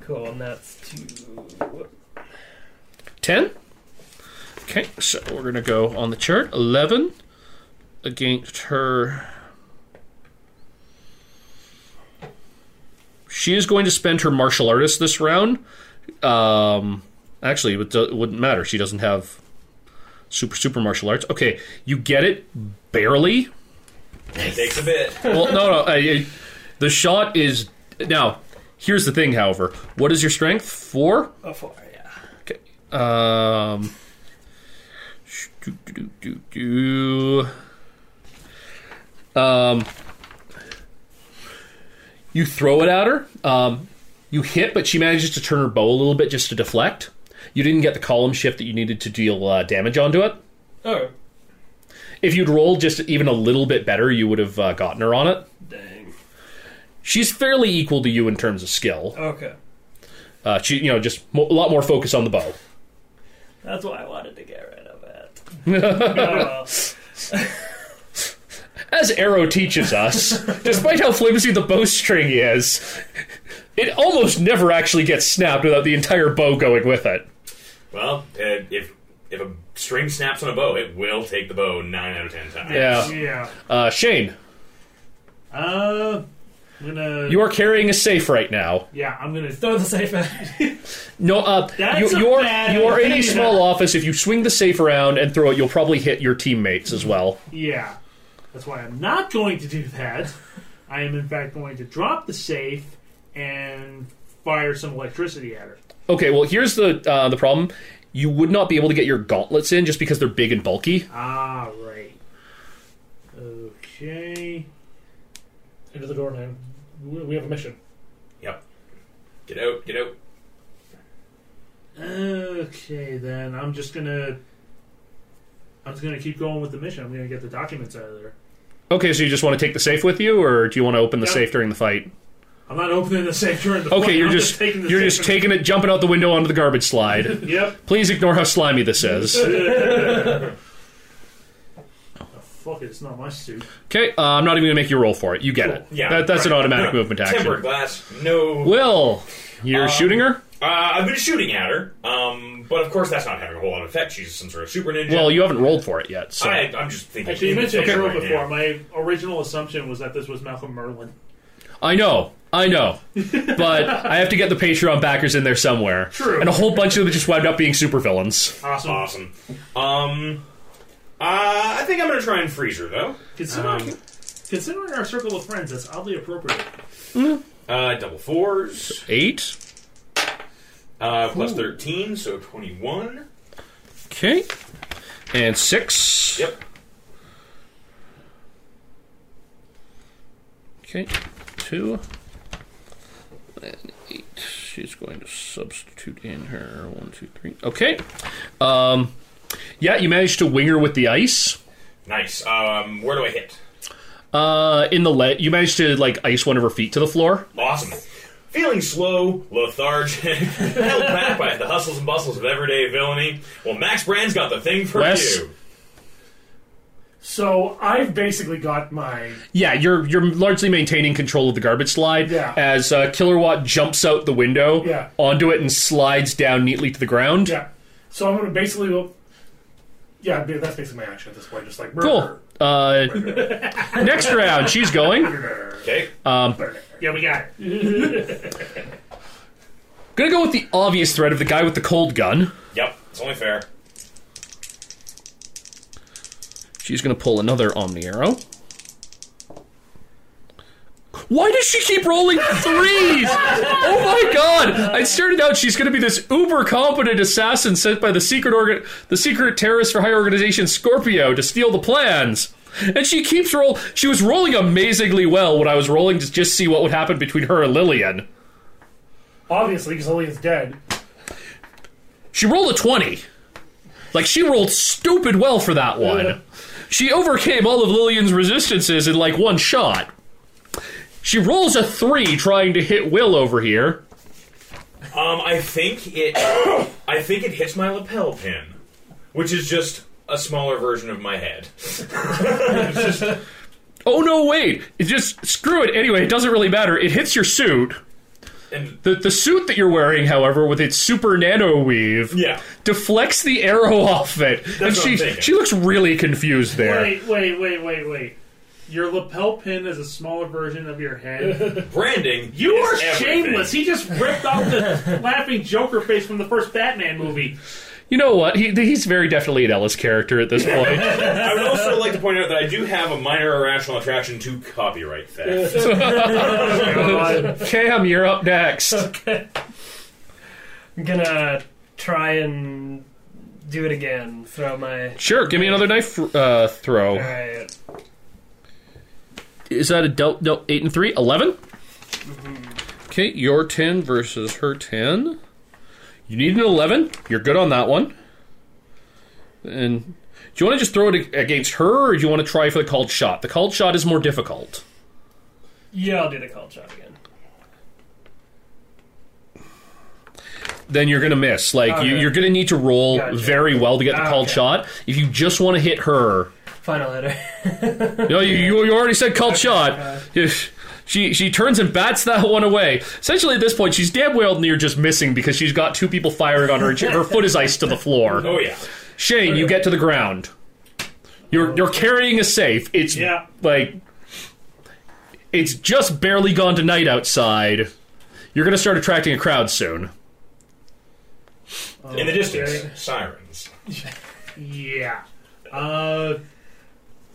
Cool, and that's two. 10? Okay, so we're going to go on the chart. 11 against her. She is going to spend her martial artist this round. Um, actually, it do- wouldn't matter. She doesn't have super, super martial arts. Okay, you get it barely. It takes a bit. Well, no, no. I, I- the shot is. Now, here's the thing, however. What is your strength? Four? A four, yeah. Okay. Um. sh- Do, do, do, do, do. Um. You throw it at her. Um, you hit, but she manages to turn her bow a little bit just to deflect. You didn't get the column shift that you needed to deal uh, damage onto it. Oh, If you'd rolled just even a little bit better, you would have uh, gotten her on it. dang. She's fairly equal to you in terms of skill. Okay. Uh, she, you know, just mo- a lot more focus on the bow. That's why I wanted to get rid of it. Oh, As Arrow teaches us, despite how flimsy the bowstring is, it almost never actually gets snapped without the entire bow going with it. Well, uh, if if a string snaps on a bow, it will take the bow nine out of ten times. Yeah. Yeah. Uh, Shane, Uh, I'm gonna. you are carrying a safe right now. yeah, I'm gonna. throw the safe Uh. [LAUGHS] at No, uh, That's you, a you're bad you're in a idea. small office. If you swing the safe around and throw it, you'll probably hit your teammates as well. Yeah. That's why I'm not going to do that. I am, in fact, going to drop the safe and fire some electricity at her. Okay, well here's the uh, the problem. You would not be able to get your gauntlets in just because they're big and bulky. Ah, right. Okay. Into the door, man. We we have a mission. Yep. Get out. Get out. Okay, then I'm just gonna. I'm just gonna keep going with the mission. I'm gonna get the documents out of there. Okay, so you just want to take the safe with you, or do you want to open the Yeah. safe during the fight? I'm not opening the safe during the. fight. Okay, you're I'm just taking the you're safe just taking it, jumping out the window onto the garbage [LAUGHS] slide. Yep. Please ignore how slimy this is. Fuck it, it's not my suit. Okay, uh, I'm not even gonna make you roll for it. You get it. Yeah, that, that's an right. automatic movement action. Tempered glass, no. Will, you're shooting her. Uh, I've been shooting at her, um, but of course that's not having a whole lot of effect. She's some sort of super ninja. Well, you haven't rolled for it yet. So I, I'm just thinking. Actually, you mentioned Okay. Hero right before. now. My original assumption was that this was Malcolm Merlin. I know, I know, but I have to get the Patreon backers in there somewhere. True. And a whole bunch of them just wound up being supervillains. Awesome. Awesome. Um, uh, I think I'm gonna try and freeze her though. Considering, Um, considering our circle of friends, that's oddly appropriate. uh, double fours, Eight. uh, plus thirteen, so twenty-one. Okay. And six. Yep. Okay. Two. And eight. She's going to substitute in her one, two, three. Okay. Um, yeah, you managed to wing her with the ice. Nice. Um, where do I hit? Uh, in the le- you managed to like ice one of her feet to the floor. Awesome. Feeling slow, lethargic, [LAUGHS] held back by the hustles and bustles of everyday villainy. Well, Max Brand's got the thing for Wes? you. So I've basically got my Yeah, you're you're largely maintaining control of the garbage slide Yeah. as uh, Killerwatt jumps out the window Yeah. onto it and slides down neatly to the ground. yeah. So I'm gonna basically go. Yeah, ba- that's basically my action at this point. Just like Cool. Uh, [LAUGHS] next round, she's going. Okay. Uh. Yeah, we got it. Gonna go with the obvious threat of the guy with the cold gun. yep. It's only fair. She's gonna pull another Omni Arrow. Why does she keep rolling threes? oh my god! I started out she's gonna be this uber competent assassin sent by the secret organ the secret terrorist for high organization Scorpio to steal the plans. And she keeps roll she was rolling amazingly well when I was rolling to just see what would happen between her and Lillian. Obviously, because Lillian's dead. She rolled a 20. Like, she rolled stupid well for that one. She overcame all of Lillian's resistances in, like, one shot. She rolls a 3 trying to hit Will over here. Um, I think it. [COUGHS] I think it hits my lapel pin, which is just a smaller version of my head. [LAUGHS] Oh, no, wait. It just, screw it. Anyway, it doesn't really matter. It hits your suit. And The, the suit that you're wearing, however, with its super nano weave, yeah, deflects deflects the arrow [LAUGHS] off it. and what I'm she, thinking. she looks really confused there. Wait, wait, wait, wait, wait. Your lapel pin is a smaller version of your head. branding. You is are everything. shameless. He just ripped off [LAUGHS] the laughing Joker face from the first Batman movie. You know what? He, he's very definitely an Ellis character at this point. I would also like to point out that I do have a minor irrational attraction to copyright [LAUGHS] theft. [LAUGHS] Cam, you're up next. I'm gonna try and do it again. Throw my. Sure, give me another knife uh, throw. Alright. Is that a del- no, 8 and 3? 11? Okay, your 10 versus her 10. You need an 11. You're good on that one. And do you want to just throw it a- against her, or do you want to try for the called shot? The called shot is more difficult. Yeah, I'll do the cold shot again. Then you're going to miss. Like, you, Okay. you're going to need to roll Oh, Gotcha. Ah, very well to get the called Okay. shot. If you just want to hit her, Final hitter. [LAUGHS] No, you, you, you already said cult shot. She she turns and bats that one away. Essentially, at this point, she's damn well near just missing because she's got two people firing on her. And she, her foot is iced to the floor. [LAUGHS] Oh yeah. Shane, you get to the ground. You're you're carrying a safe. It's Yeah. like it's just barely gone to night outside. You're gonna start attracting a crowd soon. In the distance, sirens. Yeah. Uh,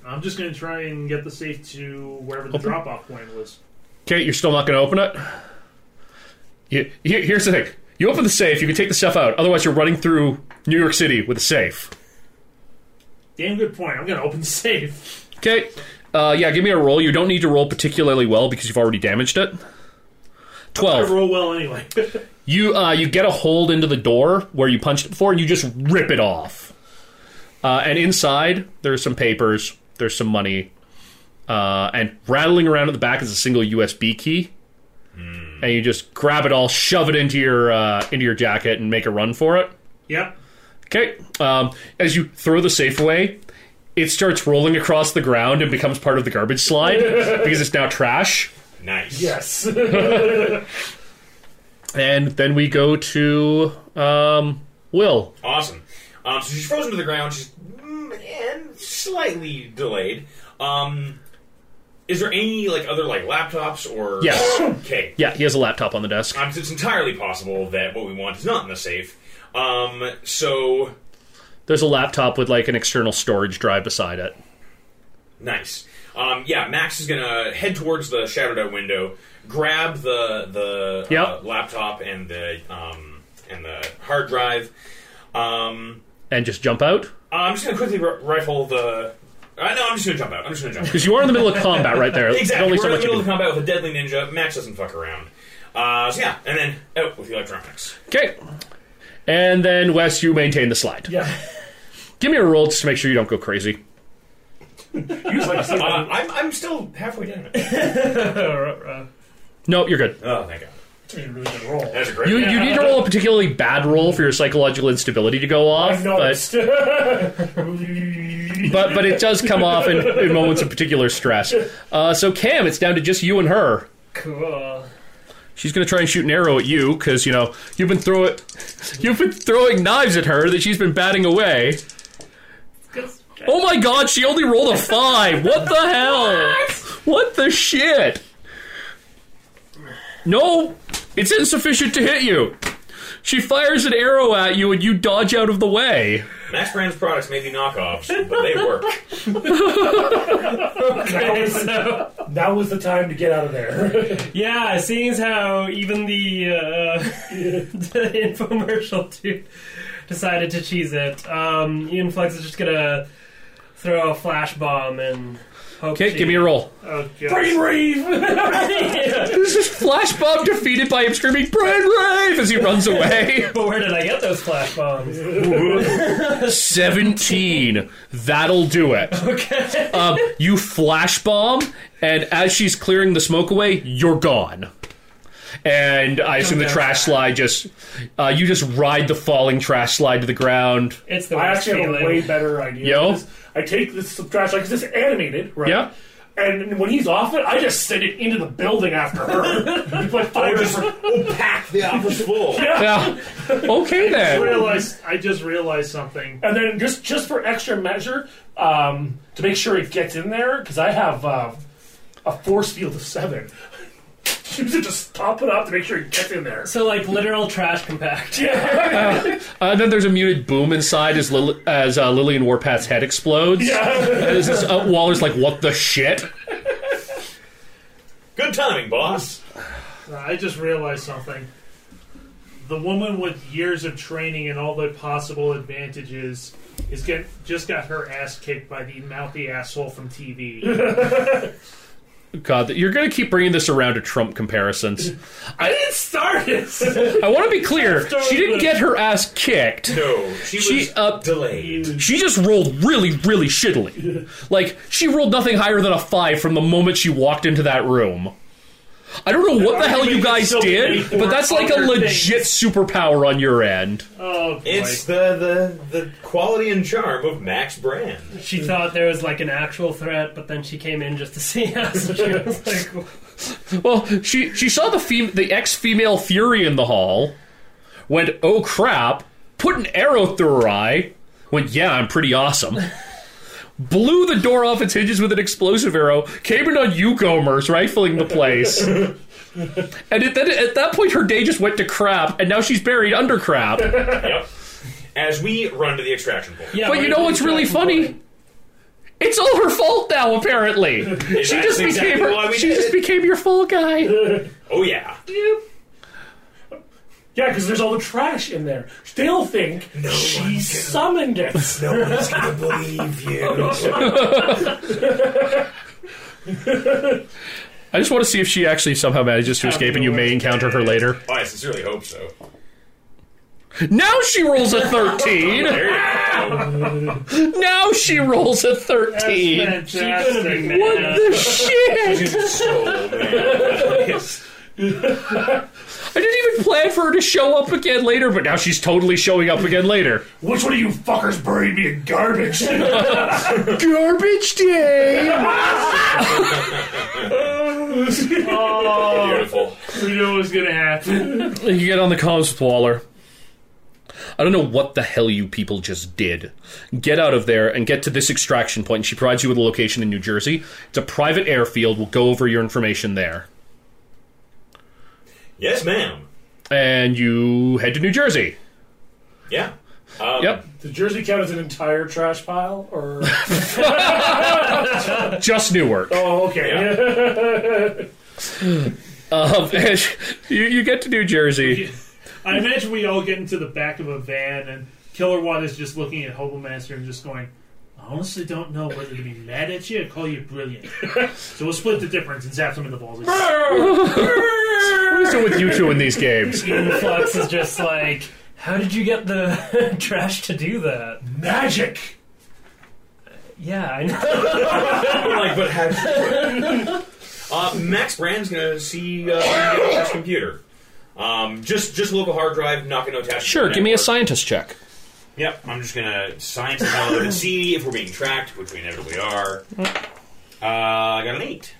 I'm just gonna try and get the safe to wherever the drop off point was. Okay, you're still not gonna open it. You, here- here's the thing: you open the safe, you can take the stuff out. Otherwise, you're running through New York City with a safe. Damn good point. I'm gonna open the safe. [LAUGHS] Okay. Uh, yeah, give me a roll. You don't need to roll particularly well because you've already damaged it. I Twelve. roll well anyway. [LAUGHS] You uh, you get a hold into the door where you punched it before, and you just rip it off. Uh, and inside, there's some papers, there's some money, uh, and rattling around at the back is a single USB key. And you just grab it all, shove it into your uh, into your jacket, and make a run for it. Yep. Okay. Um, as you throw the safe away, it starts rolling across the ground and becomes part of the garbage slide because it's now trash. Nice. [LAUGHS] Yes. And then we go to um, Will. Awesome. Um, so she's frozen to the ground. She's mm, and slightly delayed. Um, is there any like other like laptops or? Yes. Okay. Yeah, he has a laptop on the desk. Um, it's entirely possible that what we want is not in the safe. Um, so There's a laptop with like an external storage drive beside it. Nice. Um, yeah, Max is gonna head towards the shadowed out window, grab the the uh, Yep. laptop and the um, and the hard drive. Um, And just jump out? I'm just gonna quickly r- rifle the. Uh, no, I'm just gonna jump out. I'm just gonna jump. out. Because you are in the middle of combat right there. [LAUGHS] There's [LAUGHS] exactly. only We're so in the much you middle of can- combat with a deadly ninja. Max doesn't fuck around. Uh, so yeah, and then out with the electronics. Okay. And then, Wes, you maintain the slide. yeah. Give me a roll just to make sure you don't go crazy. Uh, I'm I'm still halfway down. [LAUGHS] it. No, you're good. Oh, thank God. It's a really good roll. That's a great. You, you need to roll a particularly bad roll for your psychological instability to go off, I've but, noticed. [LAUGHS] but but it does come off in, in moments of particular stress. Uh, so Cam, it's down to just you and her. Cool. She's gonna try and shoot an arrow at you because you know you've been throwing you've been throwing knives at her that she's been batting away. Oh my god, she only rolled a five. What the hell? What the shit? No, it's insufficient to hit you. She fires an arrow at you and you dodge out of the way. Max Brand's products may be knockoffs, but they [LAUGHS] work. Okay, so Now was the time to get out of there. yeah, seeing as how even the, uh, [LAUGHS] the infomercial dude decided to cheese it, um, Ian Flex is just gonna throw a flash bomb and hope. Okay, she- give [LAUGHS] me a roll. [LAUGHS] Oh, Brain God. rave. This is [LAUGHS] Flash Bob defeated by him screaming "Brain Rave" as he runs away. But where did I get those flash bombs? [LAUGHS] Seventeen. That'll do it. Okay. um, you flash bomb, and as she's clearing the smoke away, you're gone. And I assume the trash slide just uh, you just ride the falling trash slide to the ground. It's the I worst actually have a feeling. way better idea. Yo. Because I take this trash like this is animated, right? Yeah. And when he's off it, I just send it into the building after her. [LAUGHS] like five Just different- we'll pack the office full. Yeah. [LAUGHS] Okay I then. realized, I just realized something. And then just just for extra measure, um, to make sure it gets in there, because I have uh, a force field of seven. [LAUGHS] Use it to stop it up to make sure it gets in there. [LAUGHS] So like literal trash compact. [LAUGHS] Uh, then there's a muted boom inside as Lil- as uh, Lillian Warpath's head explodes. Yeah. And this is- uh, Waller's like, "What the shit?" Good timing, boss. Uh, [LAUGHS] I just realized something. The woman with years of training and all the possible advantages is get just got her ass kicked by the mouthy asshole [LAUGHS] from TV. God, you're gonna keep bringing this around to Trump comparisons. I didn't start [LAUGHS] it. I want to be clear. She didn't get her ass kicked. No, she was She up- delayed. She just rolled really, really shittily. Like, she rolled nothing higher than a five from the moment she walked into that room. I don't know what the hell you guys did, but that's like a legit superpower on your end. oh boy. It's the, the the quality and charm of Max Brand. She thought there was like an actual threat, but then she came in just to see us. And she was like, Well, she she saw the fem- the ex female Fury in the hall, went oh crap, put an arrow through her eye, went yeah I'm pretty awesome, [LAUGHS] blew the door off its hinges with an explosive arrow, came in on you Gomers rifling the [LAUGHS] place, and it, then at that point her day just went to crap, and now she's buried under [LAUGHS] crap. Yep. As we run to the extraction point. yeah, But you know what's really funny? It's all her fault now, [LAUGHS] apparently. She That's just became exactly why her, we she did just it. became your fall guy. Oh yeah. Yeah, because there's all the trash in there. They'll think she [LAUGHS] summoned it. No one's gonna believe [LAUGHS] you. I just want to see if she actually somehow manages to escape and you may encounter her later. I sincerely hope so. Now she rolls a 13! [LAUGHS] There you go. Now she rolls a 13. That's She's gonna be fantastic. mad. What the shit? [LAUGHS] so mad. I didn't even plan for her to show up again later, but now she's totally showing up again later. Which one of you fuckers buried me in garbage? Garbage day! Beautiful. We knew it was gonna happen. You get on the comms with Waller. I don't know what the hell you people just did. Get out of there and get to this extraction point. And she provides you with a location in New Jersey. It's a private airfield. We'll go over your information there. Yes, ma'am. And you head to New Jersey. Yeah. Um, Yep. Does Jersey count as an entire trash pile? [LAUGHS] Or Just Newark. oh, okay. Yeah. Um, [LAUGHS] and she- you, you get to New Jersey. I imagine we all get into the back of a van and Killer One is just looking at Hobo Master and just going, I honestly don't know whether to be mad at you or call you [LAUGHS] brilliant. so we'll split the difference and zap them in the balls. What is it with you two in these games? Influx is just like, how did you get the [LAUGHS] trash to do that? Magic! Yeah, [LAUGHS] I know. I'm like, but how uh, Max Brand's gonna see uh, if he can get his computer. Um, just just local hard drive, not gonna attach. it to Sure, the give me a network. scientist check. Yep, I'm just gonna science and download and see if we're being tracked, which we inevitably are. Uh, I got an eight.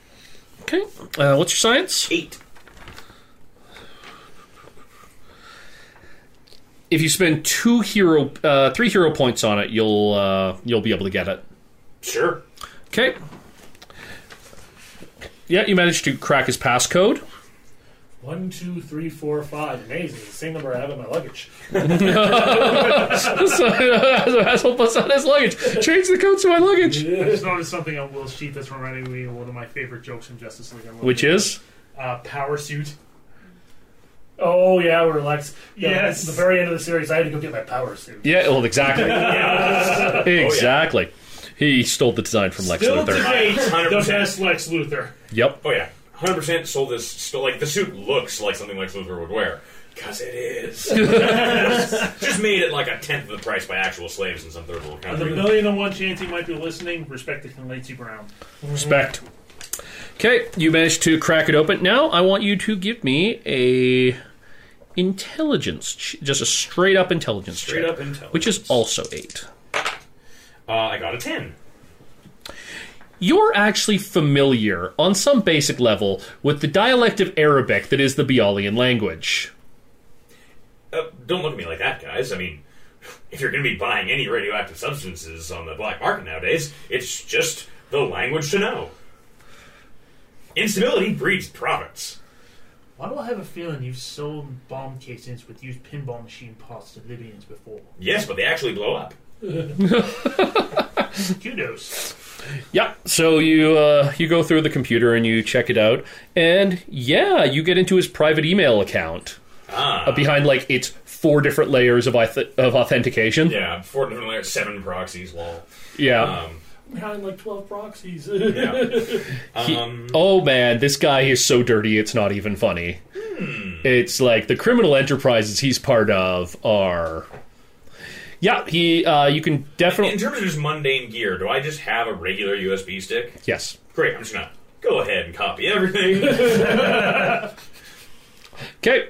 Okay. Uh, what's your science? Eight. If you spend two hero, uh, three hero points on it, you'll uh, you'll be able to get it. Sure. Okay. Yeah, you managed to crack his passcode. [LAUGHS] One, two, three, four, five. Amazing. Same number I have in my luggage. so, Hassel puts out his luggage. Change the code to my luggage. I just noticed something on Will's sheet that's reminding me of one of my favorite jokes from Justice League. Unlimited. Which is? uh, Power Suit. Oh, yeah, we're relaxed. Yeah, Yes. At the very end of the series, I had to go get my power suit. Yeah, well, [LAUGHS] Oh, exactly. exactly. He stole the design from Lex Still to [LAUGHS] Luthor. date, the 100%. best Lex Luthor. Yep. Oh yeah, 100 percent sold this. Still, like the suit looks like something Lex Luthor would wear. Cause it [LAUGHS] is. just made it like a tenth of the price by actual slaves in some third world On the country. million and one chance he might be listening, respect to Kalachi Brown. Respect. Okay, you managed to crack it open. Now I want you to give me a intelligence, ch- just a straight up intelligence Straight check, up intelligence. which is also eight. Uh, I got a ten. You're actually familiar on some basic level with the dialect of Arabic that is the Bialian language. Uh, don't look at me like that, guys. I mean, if you're going to be buying any radioactive substances on the black market nowadays, it's just the language to know. Instability breeds profits. Why do I have a feeling you've sold bomb casings with used pinball machine parts to Libyans before? Yes, but they actually blow up. Kudos. Yeah, so you uh, you go through the computer and you check it out, and yeah, you get into his private email account uh, Ah, behind like it's four different layers of auth- of authentication. yeah, four different layers, seven proxies. Lol. Yeah. Um, Behind like 12 proxies. yeah. He- Um, oh man, this guy is so dirty, it's not even funny. It's like the criminal enterprises he's part of are. Yeah, he. Uh, you can in definitely. terms of just mundane gear, do I just have a regular USB stick? Yes. Great, I'm just gonna go ahead and copy everything. [LAUGHS] Okay.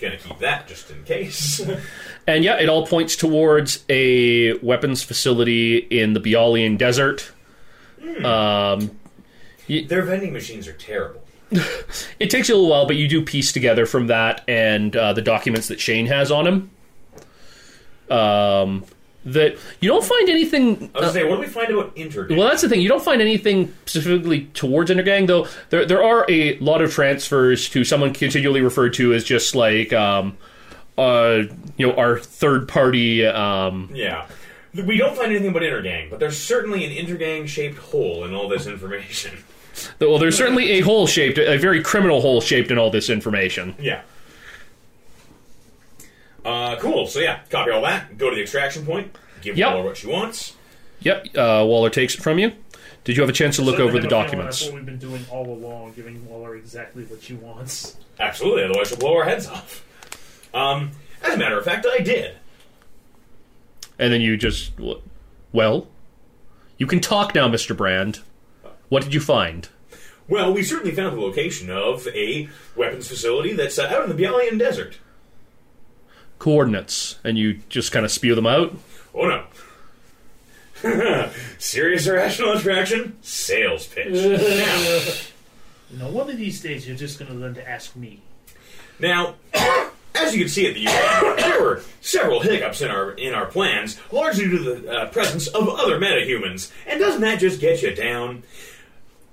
gonna keep that just in case. [LAUGHS] And yeah, it all points towards a weapons facility in the Bialian desert. Um, Their vending machines are terrible. it takes you a little while, but you do piece together from that and uh, the documents that Shane has on him. Um, that you don't find anything I was gonna say, what do we find about interdict? Well, that's the thing. You don't find anything specifically towards Intergang, though. There, there are a lot of transfers to someone continually referred to as just like, um, uh, you know, our third party. Um, Yeah. We don't find anything but intergang, but there's certainly an intergang shaped hole in all this information. [LAUGHS] well, there's certainly a hole shaped, a very criminal hole shaped in all this information. Yeah. Uh, cool. So yeah, copy all that. Go to the extraction point. Give Yep. Waller what she wants. Yep. Uh, Waller takes it from you. Did you have a chance to look over Something the about Killer, documents? That's what we've been doing all along, giving Waller exactly what she wants. Absolutely. Otherwise, she'll blow our heads off. Um, as a matter of fact, I did. And then you just, wh- well, you can talk now, Mr. Brand. What did you find? Well, we certainly found the location of a weapons facility that's uh, out in the Bialyan Desert. Coordinates. And you just kind of spew them out. Oh no. [LAUGHS] Serious irrational attraction? Sales pitch. Now, one of these days, you're just going to learn to ask me. now, as you can see at the UN, there were several hiccups in our in our plans, largely due to the uh, presence of other metahumans. And doesn't that just get you down?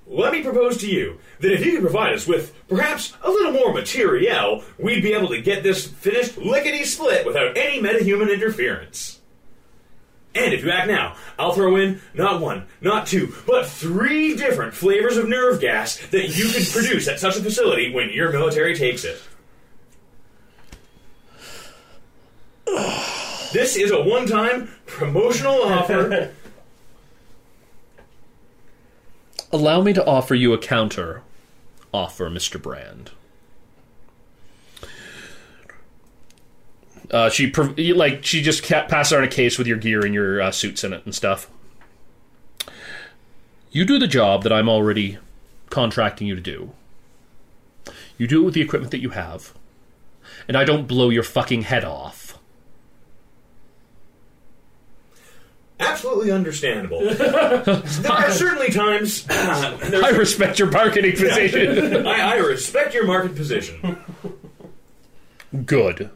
Let me propose to you that if you could provide us with perhaps a little more materiel, we'd be able to get this finished lickety split without any metahuman interference. And if you act now, I'll throw in not one, not two, but three different flavors of nerve gas that you can produce at such a facility when your military takes it. This is a one time promotional offer. Allow me to offer you a counter offer, Mr. Brand. Uh, she prov- you- like she just ca- passed out a case with your gear and your uh, suits in it and stuff. You do the job that I'm already contracting you to do. You do it with the equipment that you have, and I don't blow your fucking head off. Absolutely understandable. there are certainly times. I respect your bargaining position. [LAUGHS] I, I respect your market position. Good.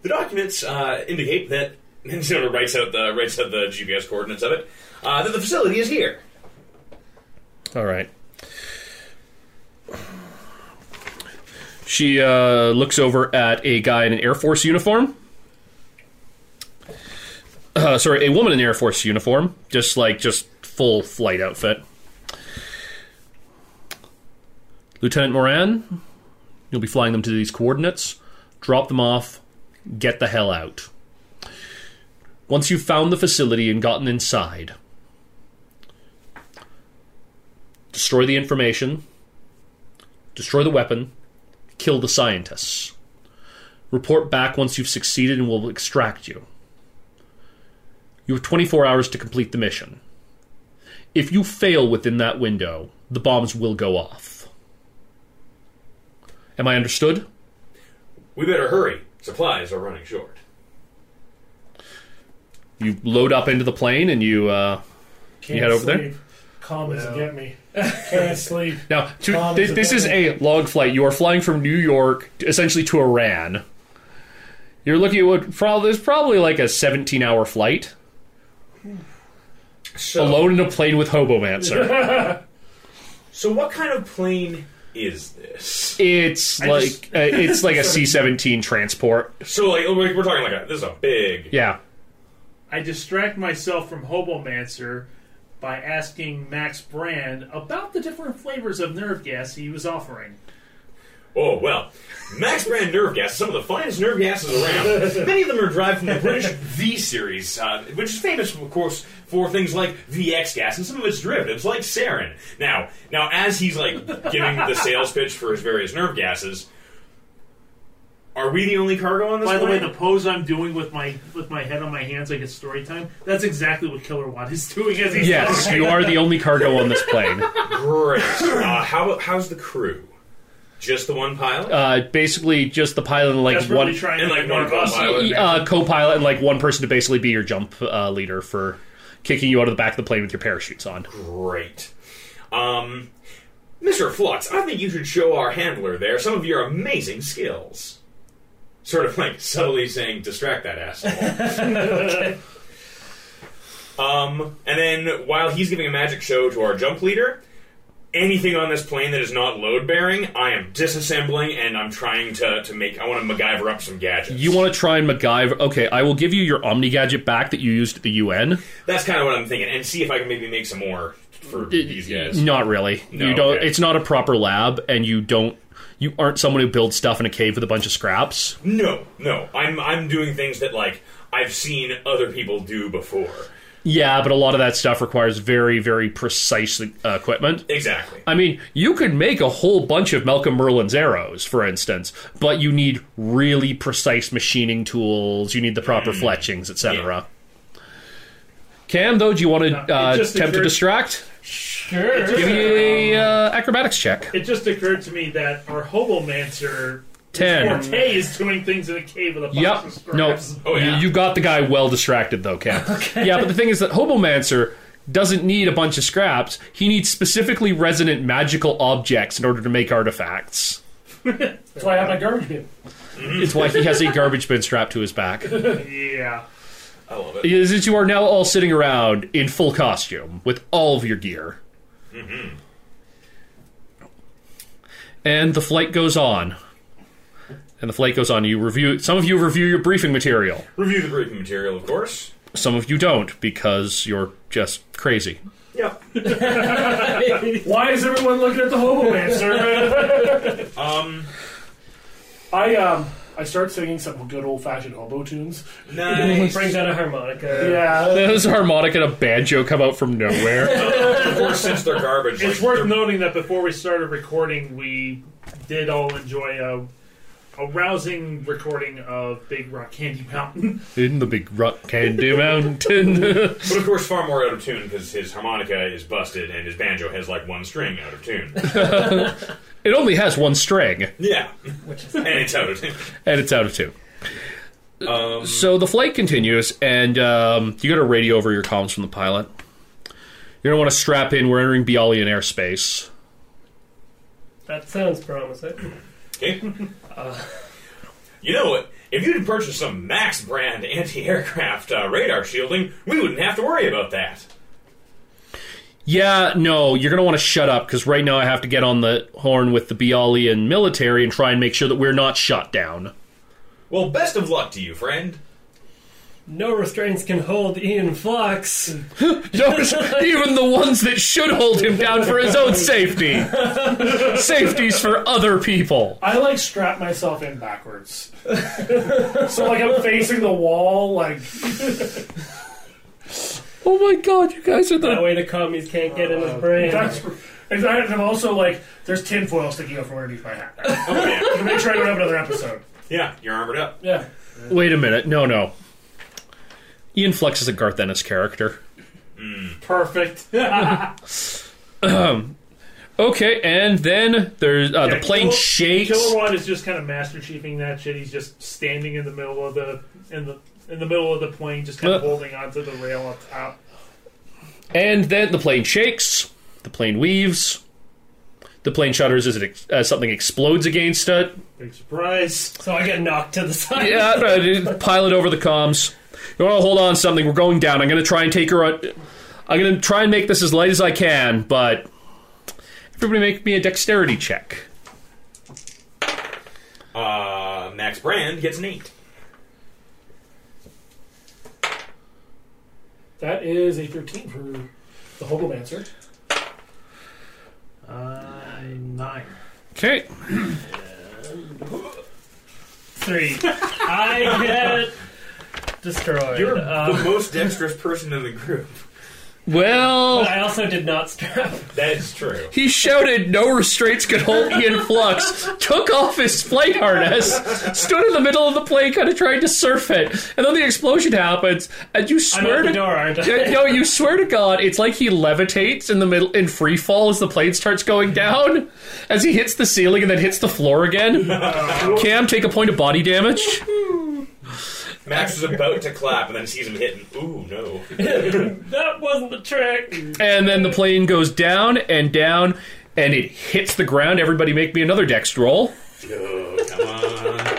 The documents uh, indicate that [LAUGHS] and Zona writes out the writes out the GPS coordinates of it. Uh, that the facility is here. All right. She uh, looks over at a guy in an Air Force uniform. Uh, sorry, a woman in an Air Force uniform, just like just full flight outfit. Lieutenant Moran, you'll be flying them to these coordinates. Drop them off. Get the hell out. Once you've found the facility and gotten inside, destroy the information, destroy the weapon, kill the scientists. Report back once you've succeeded and we'll extract you. You have 24 hours to complete the mission. If you fail within that window, the bombs will go off. Am I understood? We better hurry. Supplies are running short. You load up into the plane and you. Uh, Can't head over there? sleep. Calm doesn't get me. Can't sleep. now, to, Bombs this, are this is a log flight. You are flying from New York essentially to Iran. You're looking at what probably is probably like a 17 hour flight. So, alone in a plane with Hobomancer. so what kind of plane is this? It's like just- uh, it's like a C seventeen transport. So like we're we're talking like a, this is a big. Yeah, [LAUGHS] I distract myself from Hobomancer by asking Max Brand about the different flavors of nerve gas he was offering. Oh well, Max Brand nerve gas is some of the finest nerve gases around. Many of them are derived from the British V series, uh, which is famous, of course, for things like VX gas and some of its derivatives, like sarin. Now, now as he's like giving the sales pitch for his various nerve gases, are we the only cargo on this? By the way, plane? the pose I'm doing with my with my head on my hands like it's story time, that's exactly what Killer Watt is [LAUGHS] doing as he's yes, you are the only cargo on this plane. great. [LAUGHS] Uh, how how's the crew? Just the one pilot? Uh, basically, just the pilot and like desperately one trying and to like get one rid of us. co-pilot. uh, co-pilot and like one person to basically be your jump uh, leader for kicking you out of the back of the plane with your parachutes on. Great. Um, Mr. Flux, I think you should show our handler there some of your amazing skills. Sort of like subtly saying, distract that asshole. um, and then while he's giving a magic show to our jump leader, anything on this plane that is not load bearing, I am disassembling and I'm trying to, to make, I want to MacGyver up some gadgets. You want to try and MacGyver? Okay, I will give you your Omni gadget back that you used at the UN. That's kind of what I'm thinking, and see if I can maybe make some more for these guys. Not really. No, you don't. okay. It's not a proper lab, and you don't. You aren't someone who builds stuff in a cave with a bunch of scraps. No, no. I'm I'm doing things that like I've seen other people do before. Yeah, but a lot of that stuff requires very, very precise uh, equipment. Exactly. I mean, you could make a whole bunch of Malcolm Merlin's arrows, for instance, but you need really precise machining tools. You need the proper fletchings, etc. Cam, though, do you want to it uh, just attempt to occurred- distract? Sure. Give me a uh, acrobatics check. It just occurred to me that our hobomancer Ten. Forte is doing things in a cave with a box Yep. of No. scraps. Oh, yeah. You, you got the guy well distracted though, Cam. [LAUGHS] Yeah, but the thing is that Hobomancer doesn't need a bunch of scraps. He needs specifically resonant magical objects in order to make artifacts. That's why I have my garbage bin. It's why he has a garbage bin strapped to his back. Yeah. I love it. Is that you are now all sitting around in full costume with all of your gear. Mm-hmm. And the flight goes on. And the flight goes on. You review some of you review your briefing material. Review the briefing material, of course. Some of you don't because you're just crazy. Yep. Why is everyone looking at the hobo man, sir? [LAUGHS] Um, I um, I start singing some good old fashioned hobo tunes. [LAUGHS] nice. Brings out a harmonica. Yeah, There's a harmonica and a banjo come out from nowhere. of course, since they're garbage, It's like, worth they're- noting that before we started recording, we did all enjoy a, a rousing recording of Big Rock Candy Mountain. [LAUGHS] In the big rock candy mountain. But of course, far more out of tune because his harmonica is busted and his banjo has like one string out of [LAUGHS] tune. it only has one string, yeah, which is and it's out of tune. and it's out of tune. so the flight continues, and um, you got to radio over your comms from the pilot. You're gonna want to strap in. We're entering Bialian airspace. That sounds promising. Okay. Uh. you know what? If you'd purchased some Max brand anti-aircraft uh, radar shielding, we wouldn't have to worry about that. Yeah, no, you're gonna want to shut up because right now I have to get on the horn with the Bialian military and try and make sure that we're not shut down. Well, best of luck to you, friend. No restraints can hold Ian Flux. Those- even the ones that should hold him down for his own safety. Safety's for other people. I like strap myself in backwards, so like I'm facing the wall. Like Oh my god, you guys are That the. way the commies can't get in his brain. Uh, that's. And I'm also like, there's tinfoil sticking out from underneath my hat. I'm Oh yeah, gonna [LAUGHS] make sure I don't have another episode. yeah, you're armored up. Yeah. Wait a minute, no, no. Ian Flex is a Garth Ennis character. Perfect. Okay, and then there's uh, the Yeah, plane Killer- shakes. Killer One is just kind of master chiefing that shit. He's just standing in the middle of the in the in the middle of the plane, just kind of Uh. holding onto the rail up top. And then the plane shakes. The plane weaves. The plane shudders as, it ex- as something explodes against it. Big surprise. so I get knocked to the side. Yeah, no, dude, pilot over the comms. You want to hold on to something? We're going down. I'm going to try and take her on. I'm going to try and make this as light as I can, but everybody make me a dexterity check. Uh, Max Brand gets an eight. That is a 13 for the Hobomancer. Uh, nine. Okay. Three. I get destroyed. You're Um, the most dexterous person in the group. Well, I also did not strap. That is true. he shouted, "No restraints could hold Ian Flux." Took off his flight harness, stood in the middle of the plane, kind of tried to surf it, and then the explosion happens, and you I'm swear at to the door, aren't I? Yeah, no, you swear to God, it's like he levitates in the middle in free fall as the plane starts going down, as he hits the ceiling and then hits the floor again. Cam, take a point of body damage. Max is about to clap and then sees him hitting. Ooh no! That wasn't the trick. And then the plane goes down and down, and it hits the ground. Everybody, make me another dex roll. No, come on.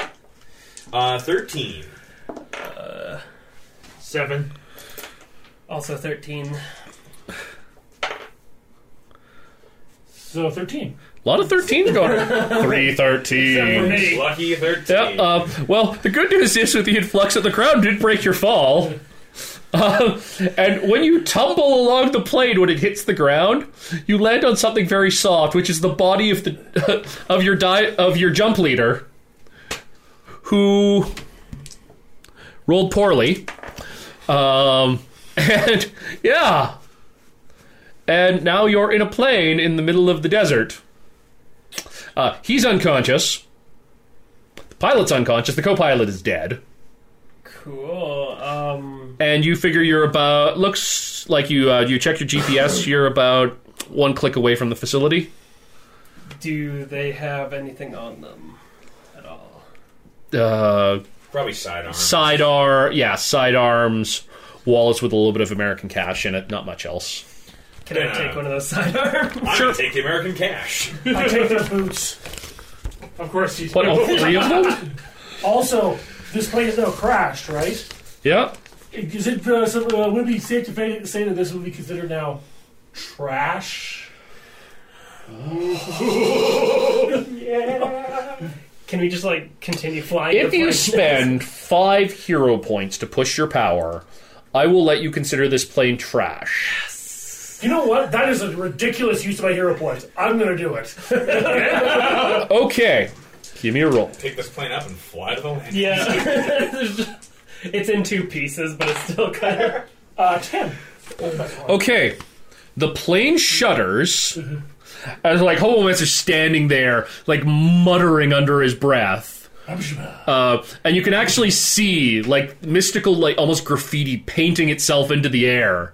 Uh, thirteen. Seven. Also 13. So 13. A lot of 13s going. Three For 13. me. Lucky thirteen. Yeah, uh, well, the good news is with the influx at the ground did break your fall. [LAUGHS] Uh, and when you tumble along the plane when it hits the ground, you land on something very soft, which is the body of the [LAUGHS] of your di- of your jump leader, who rolled poorly. Um, [LAUGHS] and yeah, and now you're in a plane in the middle of the desert. Uh, he's unconscious. The pilot's unconscious. The co-pilot is dead. Cool. Um, and you figure you're about looks like you uh, you check your GPS. You're about one click away from the facility. do they have anything on them at all? Uh, Probably sidearm. sidearm, yeah, sidearms, wallets with a little bit of American cash in it, not much else. Can I Yeah. take one of those sidearms? [LAUGHS] I'm gonna take the American cash. I take their boots. Of course, he's. What, all three of them? Also, this plane is now crashed, right? Yeah. Is it uh, so, uh, would it be safe to fa- say that this would be considered now [LAUGHS] trash? Can we just like continue flying? If the you plane? [LAUGHS] spend five hero points to push your power, I will let you consider this plane trash. You know what? That is a ridiculous use of my hero points. I'm gonna do it. Okay. Give me a roll. Take this plane up and fly to the land. yeah, [LAUGHS] it's in two pieces, but it's still kind of. Uh, ten. Okay. The plane shudders. As like Hobomancer standing there, like muttering under his breath. Uh, and you can actually see like mystical, like almost graffiti painting itself into the air.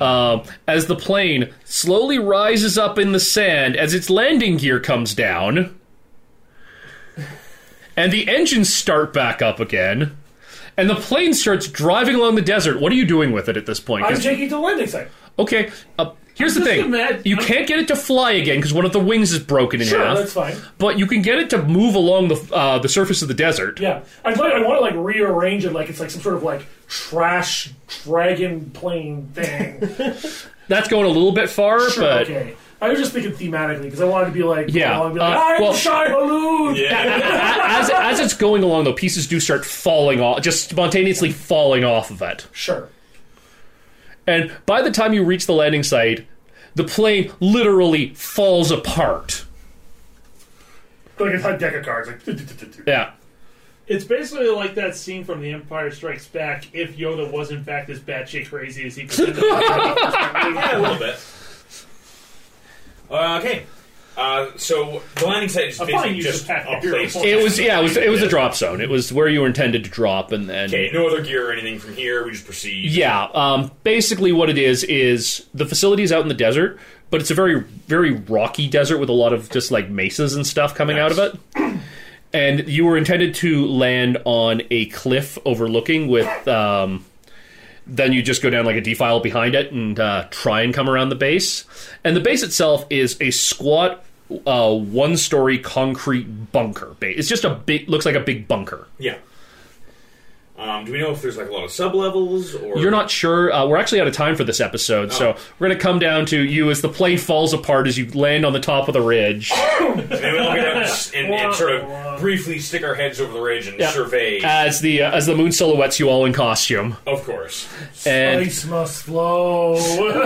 Uh, as the plane slowly rises up in the sand as its landing gear comes down, and the engines start back up again, and the plane starts driving along the desert. What are you doing with it at this point? 'Cause- I'm taking it to the landing site. Okay. Uh, here's the thing: imag- you can't get it to fly again because one of the wings is broken in Sure, that's half. fine. But you can get it to move along the uh, the surface of the desert. Yeah, I'd like, I want to like rearrange it like it's like some sort of like trash dragon plane [LAUGHS] thing. That's going a little bit far, Sure, but okay. I was just thinking thematically because I wanted to be like, Yeah, I wanted to be like, uh, I'm well- shy Halud. Yeah. as as it's going along, though, pieces do start falling off, just spontaneously falling off of it. Sure. And by the time you reach the landing site, the plane literally falls apart. Like it's like deck of cards. Like, Yeah. It's basically like that scene from The Empire Strikes Back if Yoda was in fact as batshit crazy as he [LAUGHS] presented. Yeah, a little bit. Uh, okay. Uh, so the landing site is A fine basically use just of tactic. a place. Beautiful. It was yeah, it was it was a drop zone. It was where you were intended to drop, and and Okay, no other gear or anything from here. We just proceed. Yeah, um, basically what it is is the facility is out in the desert, but it's a very very rocky desert with a lot of just like mesas and stuff coming out of it. And you were intended to land on a cliff overlooking with. Um, then you just go down like a defile behind it and uh, try and come around the base. And the base itself is a squat, uh, one-story concrete bunker base. It's just a big, looks like a big bunker. Yeah. Um, do we know if there's like a lot of sub levels or You're not sure. Uh, we're actually out of time for this episode, so we're going to come down to you as the plane falls apart as you land on the top of the ridge. Maybe we'll get up s- and, and sort of briefly stick our heads over the ridge and Yeah. survey. As the uh, as the moon silhouettes you all in costume, of course. and [LAUGHS] Ice must flow. as,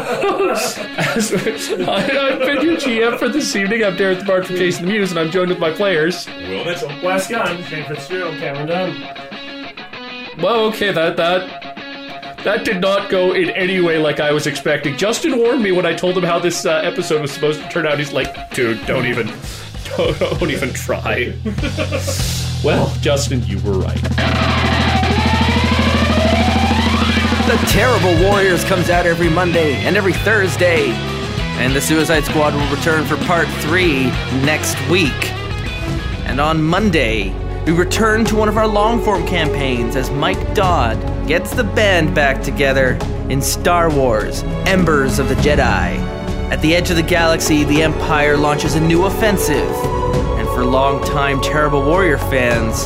I, I've been your GM for this evening. I'm Darren the Bard from Jason the Muse, and I'm joined with my players. Will Mitchell. Last gun. Shane Fitzgerald, Cameron Dunn. Well, okay, that that that did not go in any way like I was expecting. Justin warned me when I told him how this uh, episode was supposed to turn out. He's like, "Dude, don't even, [LAUGHS] don't, don't even try." [LAUGHS] well, Justin, you were right. The Terrible Warriors comes out every Monday and every Thursday. And the Suicide Squad will return for part three next week. And on Monday, we return to one of our long form campaigns as Mike Dodd gets the band back together in Star Wars Embers of the Jedi. At the edge of the galaxy, the Empire launches a new offensive. And for longtime Terrible Warrior fans,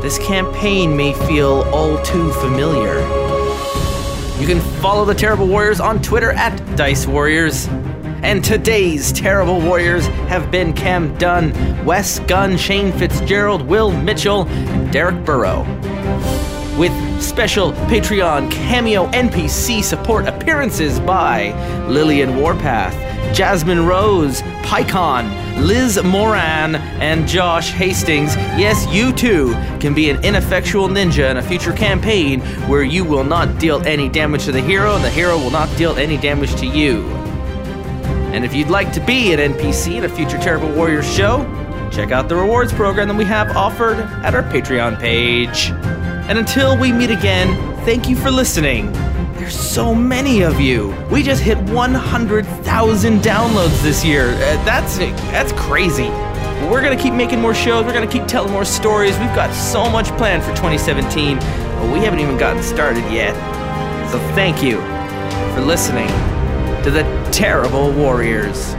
this campaign may feel all too familiar. You can follow the Terrible Warriors on Twitter at Dice Warriors. And today's Terrible Warriors have been Cam Dunn, Wes Gunn, Shane Fitzgerald, Will Mitchell, and Derek Burrow. With special Patreon cameo NPC support appearances by Lillian Warpath, Jasmine Rose, Pycon, Liz Moran, and Josh Hastings. Yes, you too can be an ineffectual ninja in a future campaign where you will not deal any damage to the hero and the hero will not deal any damage to you. And if you'd like to be an NPC in a future Terrible Warriors show, check out the rewards program that we have offered at our Patreon page. And until we meet again, thank you for listening. There's so many of you. We just hit 100,000 downloads this year. Uh, that's that's crazy. We're gonna keep making more shows. We're gonna keep telling more stories. We've got so much planned for 2017, but we haven't even gotten started yet. So thank you for listening to the Terrible Warriors.